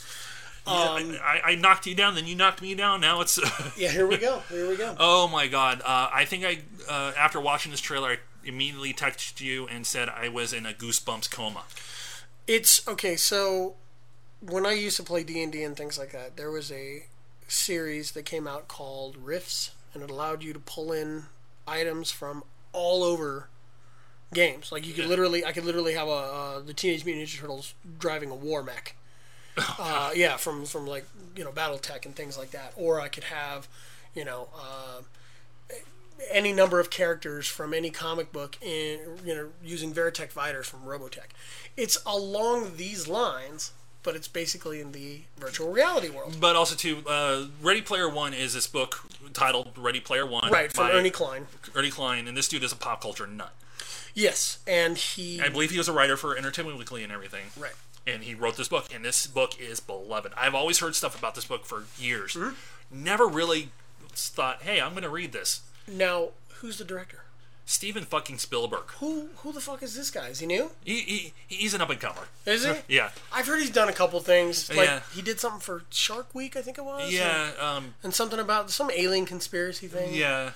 [SPEAKER 2] um,
[SPEAKER 1] I, I knocked you down, then you knocked me down. Now it's <laughs>
[SPEAKER 2] Yeah, here we go. Here we go.
[SPEAKER 1] Oh my god! Uh, I think I, uh, after watching this trailer, I immediately texted you and said I was in a goosebumps coma.
[SPEAKER 2] It's okay. So when I used to play D and D and things like that, there was a series that came out called Rifts, and it allowed you to pull in items from all over games. Like you could literally, I could literally have a uh, the Teenage Mutant Ninja Turtles driving a war mech. Uh, yeah, from from like you know BattleTech and things like that, or I could have, you know. Uh, any number of characters from any comic book in you know using Veritech Viders from Robotech. It's along these lines, but it's basically in the virtual reality world.
[SPEAKER 1] But also, too, uh, Ready Player One is this book titled Ready Player One,
[SPEAKER 2] Right, from
[SPEAKER 1] by
[SPEAKER 2] Ernie Klein.
[SPEAKER 1] Ernie Klein, and this dude is a pop culture nut.
[SPEAKER 2] Yes, and he
[SPEAKER 1] I believe he was a writer for Entertainment Weekly and everything.
[SPEAKER 2] right.
[SPEAKER 1] And he wrote this book, and this book is beloved. I've always heard stuff about this book for years.
[SPEAKER 2] Mm-hmm.
[SPEAKER 1] Never really thought, hey, I'm going to read this.
[SPEAKER 2] Now, who's the director?
[SPEAKER 1] Steven fucking Spielberg.
[SPEAKER 2] Who who the fuck is this guy? Is he new?
[SPEAKER 1] He, he, he's an up and comer.
[SPEAKER 2] Is he?
[SPEAKER 1] <laughs> Yeah.
[SPEAKER 2] I've heard he's done a couple things. Like
[SPEAKER 1] Yeah.
[SPEAKER 2] he did something for Shark Week, I think it was.
[SPEAKER 1] Yeah. Um,
[SPEAKER 2] And something about some alien conspiracy thing.
[SPEAKER 1] yeah.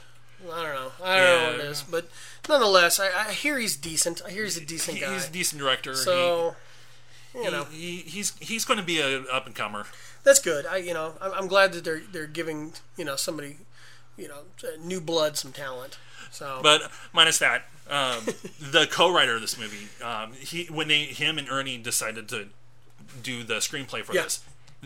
[SPEAKER 2] I don't know. I don't know what it
[SPEAKER 1] Yeah.
[SPEAKER 2] is. But nonetheless, I, I hear he's decent. I hear he's a decent
[SPEAKER 1] He-
[SPEAKER 2] guy.
[SPEAKER 1] He's a decent director.
[SPEAKER 2] So, you
[SPEAKER 1] he,
[SPEAKER 2] know,
[SPEAKER 1] he, he's he's going to be an up and comer.
[SPEAKER 2] that's good. I, you know, I'm, I'm glad that they're they're giving you know somebody, you know, uh, new blood some talent. So
[SPEAKER 1] But minus that, um,
[SPEAKER 2] <laughs>
[SPEAKER 1] the co-writer of this movie, um, he when they him and Ernie decided to do the screenplay for
[SPEAKER 2] Yeah.
[SPEAKER 1] this,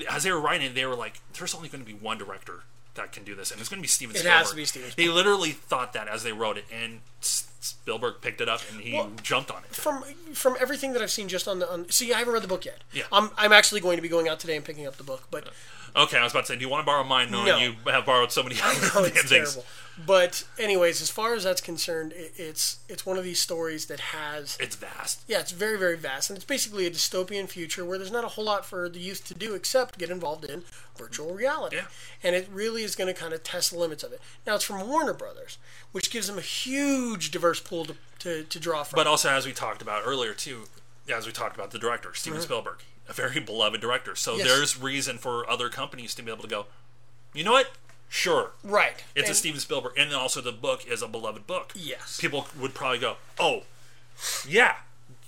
[SPEAKER 1] as they were writing, it, they were like, "There's only going to be one director that can do this, and it's going to be Steven
[SPEAKER 2] It
[SPEAKER 1] Spielberg."
[SPEAKER 2] has to be Steven
[SPEAKER 1] They literally thought that as they wrote it, and s- Spielberg picked it up and he
[SPEAKER 2] Well,
[SPEAKER 1] jumped on it.
[SPEAKER 2] from from everything that I've seen, just on the on, see, I haven't read the book yet.
[SPEAKER 1] Yeah.
[SPEAKER 2] I'm I'm actually going to be going out today and picking up the book, but
[SPEAKER 1] Okay, I was about to say, do you want to borrow mine knowing
[SPEAKER 2] No.
[SPEAKER 1] you have borrowed so many
[SPEAKER 2] <laughs>
[SPEAKER 1] <laughs>
[SPEAKER 2] oh,
[SPEAKER 1] damn
[SPEAKER 2] it's
[SPEAKER 1] things?
[SPEAKER 2] terrible. But anyways, as far as that's concerned, it, it's it's one of these stories that has
[SPEAKER 1] It's vast.
[SPEAKER 2] yeah, it's very very vast, and it's basically a dystopian future where there's not a whole lot for the youth to do except get involved in virtual reality.
[SPEAKER 1] Yeah.
[SPEAKER 2] And it really is going to kind of test the limits of it. Now it's from Warner Brothers, which gives them a huge diverse pool to, to, to draw from.
[SPEAKER 1] But also, as we talked about earlier, too, as we talked about the director, Steven Spielberg, a very beloved director. So
[SPEAKER 2] Yes.
[SPEAKER 1] there's reason for other companies to be able to go, you know what? Sure.
[SPEAKER 2] right.
[SPEAKER 1] It's a
[SPEAKER 2] And-
[SPEAKER 1] Steven Spielberg. And also, the book is a beloved book.
[SPEAKER 2] Yes.
[SPEAKER 1] People would probably go, oh, yeah,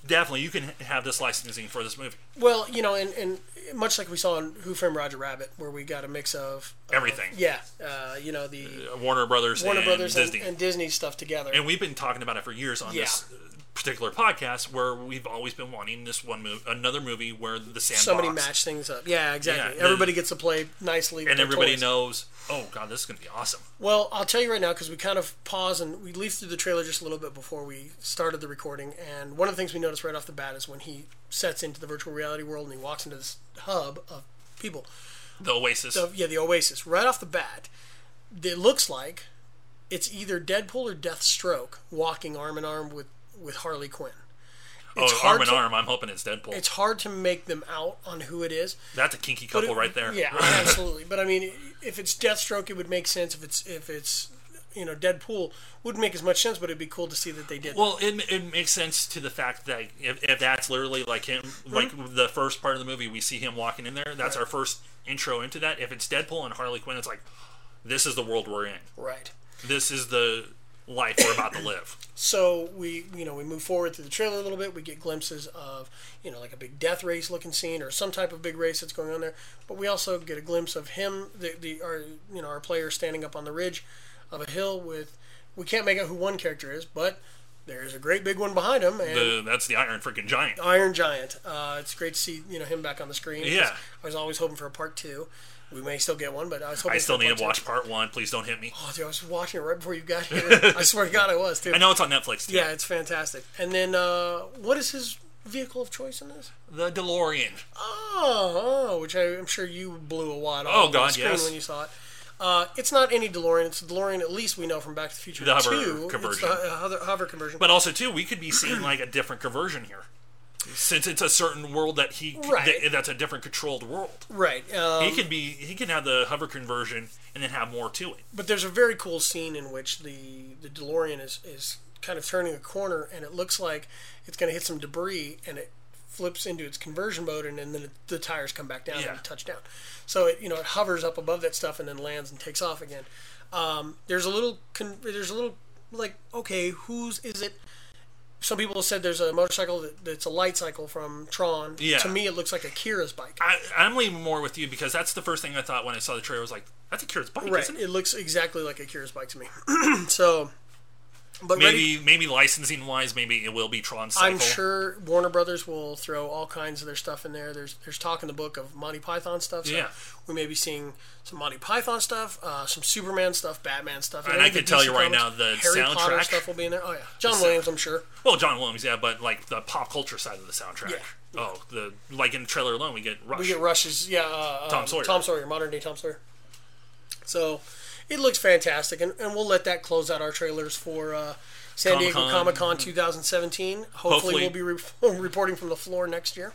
[SPEAKER 1] definitely. You can have this licensing for this movie.
[SPEAKER 2] Well, you know, and, and much like we saw in Who Framed Roger Rabbit, where we got a mix of of-
[SPEAKER 1] Everything.
[SPEAKER 2] yeah, uh, you know the
[SPEAKER 1] Warner Brothers
[SPEAKER 2] Warner
[SPEAKER 1] and
[SPEAKER 2] Brothers
[SPEAKER 1] Disney.
[SPEAKER 2] And, and Disney stuff together.
[SPEAKER 1] and we've been talking about it for years on
[SPEAKER 2] Yeah.
[SPEAKER 1] this uh, particular podcast where we've always been wanting this one movie another movie where the sandbox
[SPEAKER 2] Somebody match things up. Yeah, exactly.
[SPEAKER 1] Yeah,
[SPEAKER 2] everybody
[SPEAKER 1] the-
[SPEAKER 2] gets to play nicely. with
[SPEAKER 1] and
[SPEAKER 2] their
[SPEAKER 1] everybody
[SPEAKER 2] toys.
[SPEAKER 1] knows oh god this is going to be awesome
[SPEAKER 2] Well, I'll tell you right now because we kind of pause and we leafed through the trailer just a little bit before we started the recording. And one of the things we noticed right off the bat is when he sets into the virtual reality world and he walks into this hub of people.
[SPEAKER 1] the oasis
[SPEAKER 2] of- yeah, the Oasis. Right off the bat, it looks like it's either Deadpool or Deathstroke walking arm in arm with with Harley Quinn. It's
[SPEAKER 1] oh
[SPEAKER 2] hard
[SPEAKER 1] arm in
[SPEAKER 2] to-
[SPEAKER 1] arm i'm hoping it's deadpool
[SPEAKER 2] It's hard to make them out on who it is.
[SPEAKER 1] that's a kinky
[SPEAKER 2] but
[SPEAKER 1] couple
[SPEAKER 2] it-
[SPEAKER 1] right <laughs> there
[SPEAKER 2] Yeah, absolutely. But I mean, if it's Deathstroke, it would make sense. If it's if it's you know Deadpool, wouldn't make as much sense. But it'd be cool to see that they did.
[SPEAKER 1] well it, it makes sense to the fact that if, if that's literally like him
[SPEAKER 2] Hmm?
[SPEAKER 1] like the first part of the movie we see him walking in there that's our first intro into that if it's deadpool and harley quinn it's like this is the world we're in
[SPEAKER 2] that. right.
[SPEAKER 1] this is the life we're about to
[SPEAKER 2] <coughs>
[SPEAKER 1] live
[SPEAKER 2] So we, you know, we move forward through the trailer a little bit. We get glimpses of, you know, like a big death race looking scene or some type of big race that's going on there. But we also get a glimpse of him, the, the our, you know, our player standing up on the ridge of a hill with. We can't make out who one character is, but there's a great big one behind him and
[SPEAKER 1] The- that's the iron freaking giant
[SPEAKER 2] Iron Giant. Uh, it's great to see you know him back on the screen. 'cause
[SPEAKER 1] Yeah.
[SPEAKER 2] I was always hoping for a part two. We may still get one, but I was hoping.
[SPEAKER 1] I still
[SPEAKER 2] for a
[SPEAKER 1] need
[SPEAKER 2] part
[SPEAKER 1] to
[SPEAKER 2] two.
[SPEAKER 1] watch part one. Please don't hit me.
[SPEAKER 2] Oh, dude, I was watching it right before you
[SPEAKER 1] <laughs>
[SPEAKER 2] got here. I swear to God, I was too.
[SPEAKER 1] I know it's on Netflix too.
[SPEAKER 2] Yeah, it's fantastic. And then, uh, what is his vehicle of choice in this?
[SPEAKER 1] The DeLorean.
[SPEAKER 2] Oh, oh, which I, I'm sure you blew a wad off
[SPEAKER 1] Oh,
[SPEAKER 2] on
[SPEAKER 1] God,
[SPEAKER 2] the screen
[SPEAKER 1] yes.
[SPEAKER 2] when you saw it. Uh, it's not any DeLorean. It's the DeLorean at least we know from Back to the Future
[SPEAKER 1] The hover
[SPEAKER 2] 2.
[SPEAKER 1] conversion.
[SPEAKER 2] It's the ho- hover, hover conversion.
[SPEAKER 1] But also too, we could be
[SPEAKER 2] <clears throat>
[SPEAKER 1] seeing like a different conversion here, since it's a certain world that he
[SPEAKER 2] Right.
[SPEAKER 1] that- that's a different controlled world.
[SPEAKER 2] right. Um,
[SPEAKER 1] He could be he can have the hover conversion and then have more to it.
[SPEAKER 2] but there's a very cool scene in which the, the DeLorean is, is kind of turning a corner and it looks like it's going to hit some debris and it flips into its conversion mode and, and then it, the tires come back down
[SPEAKER 1] Yeah.
[SPEAKER 2] and it touch down. So it you know it hovers up above that stuff and then lands and takes off again. Um, there's a little con- there's a little like okay whose is it? Some people have said there's a motorcycle that, that's a light cycle from Tron.
[SPEAKER 1] Yeah.
[SPEAKER 2] To me, it looks like Akira's bike.
[SPEAKER 1] I, I'm leaning more with you because that's the first thing I thought when I saw the trailer. I was like, that's a Kira's bike,
[SPEAKER 2] Right.
[SPEAKER 1] isn't it?
[SPEAKER 2] It looks exactly like Akira's bike to me. <clears throat> so, but ready,
[SPEAKER 1] Maybe maybe licensing wise, maybe it will be Tron cycle.
[SPEAKER 2] I'm sure Warner Brothers will throw all kinds of their stuff in there. There's there's talk in the book of Monty Python stuff. So
[SPEAKER 1] Yeah.
[SPEAKER 2] we may be seeing some Monty Python stuff, uh, some Superman stuff, Batman stuff,
[SPEAKER 1] And I
[SPEAKER 2] any of
[SPEAKER 1] can
[SPEAKER 2] the
[SPEAKER 1] tell
[SPEAKER 2] DC
[SPEAKER 1] you right
[SPEAKER 2] comics.
[SPEAKER 1] now, the
[SPEAKER 2] Harry Potter
[SPEAKER 1] soundtrack-
[SPEAKER 2] stuff will be in there. Oh yeah, John Williams, I'm sure.
[SPEAKER 1] Well, John Williams, yeah, but like the pop culture side of the soundtrack.
[SPEAKER 2] Yeah.
[SPEAKER 1] Oh, the like in the trailer alone, we get Rush.
[SPEAKER 2] We get Rush's yeah, uh,
[SPEAKER 1] Tom
[SPEAKER 2] um,
[SPEAKER 1] Sawyer.
[SPEAKER 2] Tom Sawyer, modern day Tom Sawyer. So it looks fantastic, and, and we'll let that close out our trailers for uh, San Diego Comic
[SPEAKER 1] Comic-Con.
[SPEAKER 2] Con 2017. Hopefully,
[SPEAKER 1] Hopefully.
[SPEAKER 2] we'll be re- <laughs> reporting from the floor next year.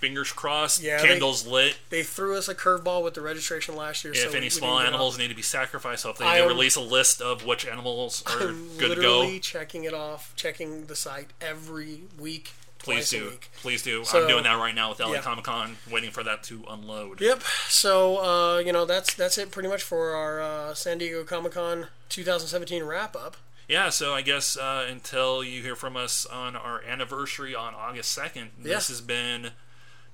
[SPEAKER 1] Fingers crossed.
[SPEAKER 2] Yeah, they-
[SPEAKER 1] candles lit.
[SPEAKER 2] They threw us a curveball with the registration last year. so
[SPEAKER 1] if
[SPEAKER 2] we-
[SPEAKER 1] any
[SPEAKER 2] we
[SPEAKER 1] small
[SPEAKER 2] didn't get
[SPEAKER 1] animals need to be sacrificed, hopefully
[SPEAKER 2] I
[SPEAKER 1] they
[SPEAKER 2] am-
[SPEAKER 1] release a list of which animals
[SPEAKER 2] off.
[SPEAKER 1] are
[SPEAKER 2] I'm
[SPEAKER 1] good to
[SPEAKER 2] literally
[SPEAKER 1] go.
[SPEAKER 2] checking it off, checking the site every week.
[SPEAKER 1] Please
[SPEAKER 2] twice A
[SPEAKER 1] do.
[SPEAKER 2] week.
[SPEAKER 1] Please do.
[SPEAKER 2] So-
[SPEAKER 1] I'm doing that right now with LA
[SPEAKER 2] Yeah.
[SPEAKER 1] Comic Con, waiting for that to unload.
[SPEAKER 2] Yep. So uh, you know that's that's it pretty much for our uh, San Diego Comic Con 2017 wrap up.
[SPEAKER 1] Yeah, so I guess uh, until you hear from us on our anniversary on August 2nd, this has been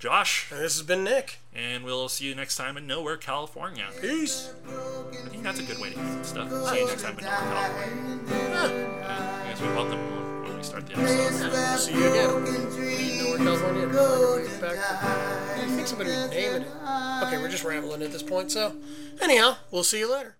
[SPEAKER 1] Josh,
[SPEAKER 2] And this has been Nick.
[SPEAKER 1] and we'll see you next time in Nowhere, California. I
[SPEAKER 2] Peace.
[SPEAKER 1] think that's a good way to end stuff. See you next time in Nowhere, California. I guess we welcome when we start the episode.
[SPEAKER 2] Ah, See you again. North California. Back. I think somebody was naming it. Okay, we're just rambling at this point. So, anyhow, we'll see you later.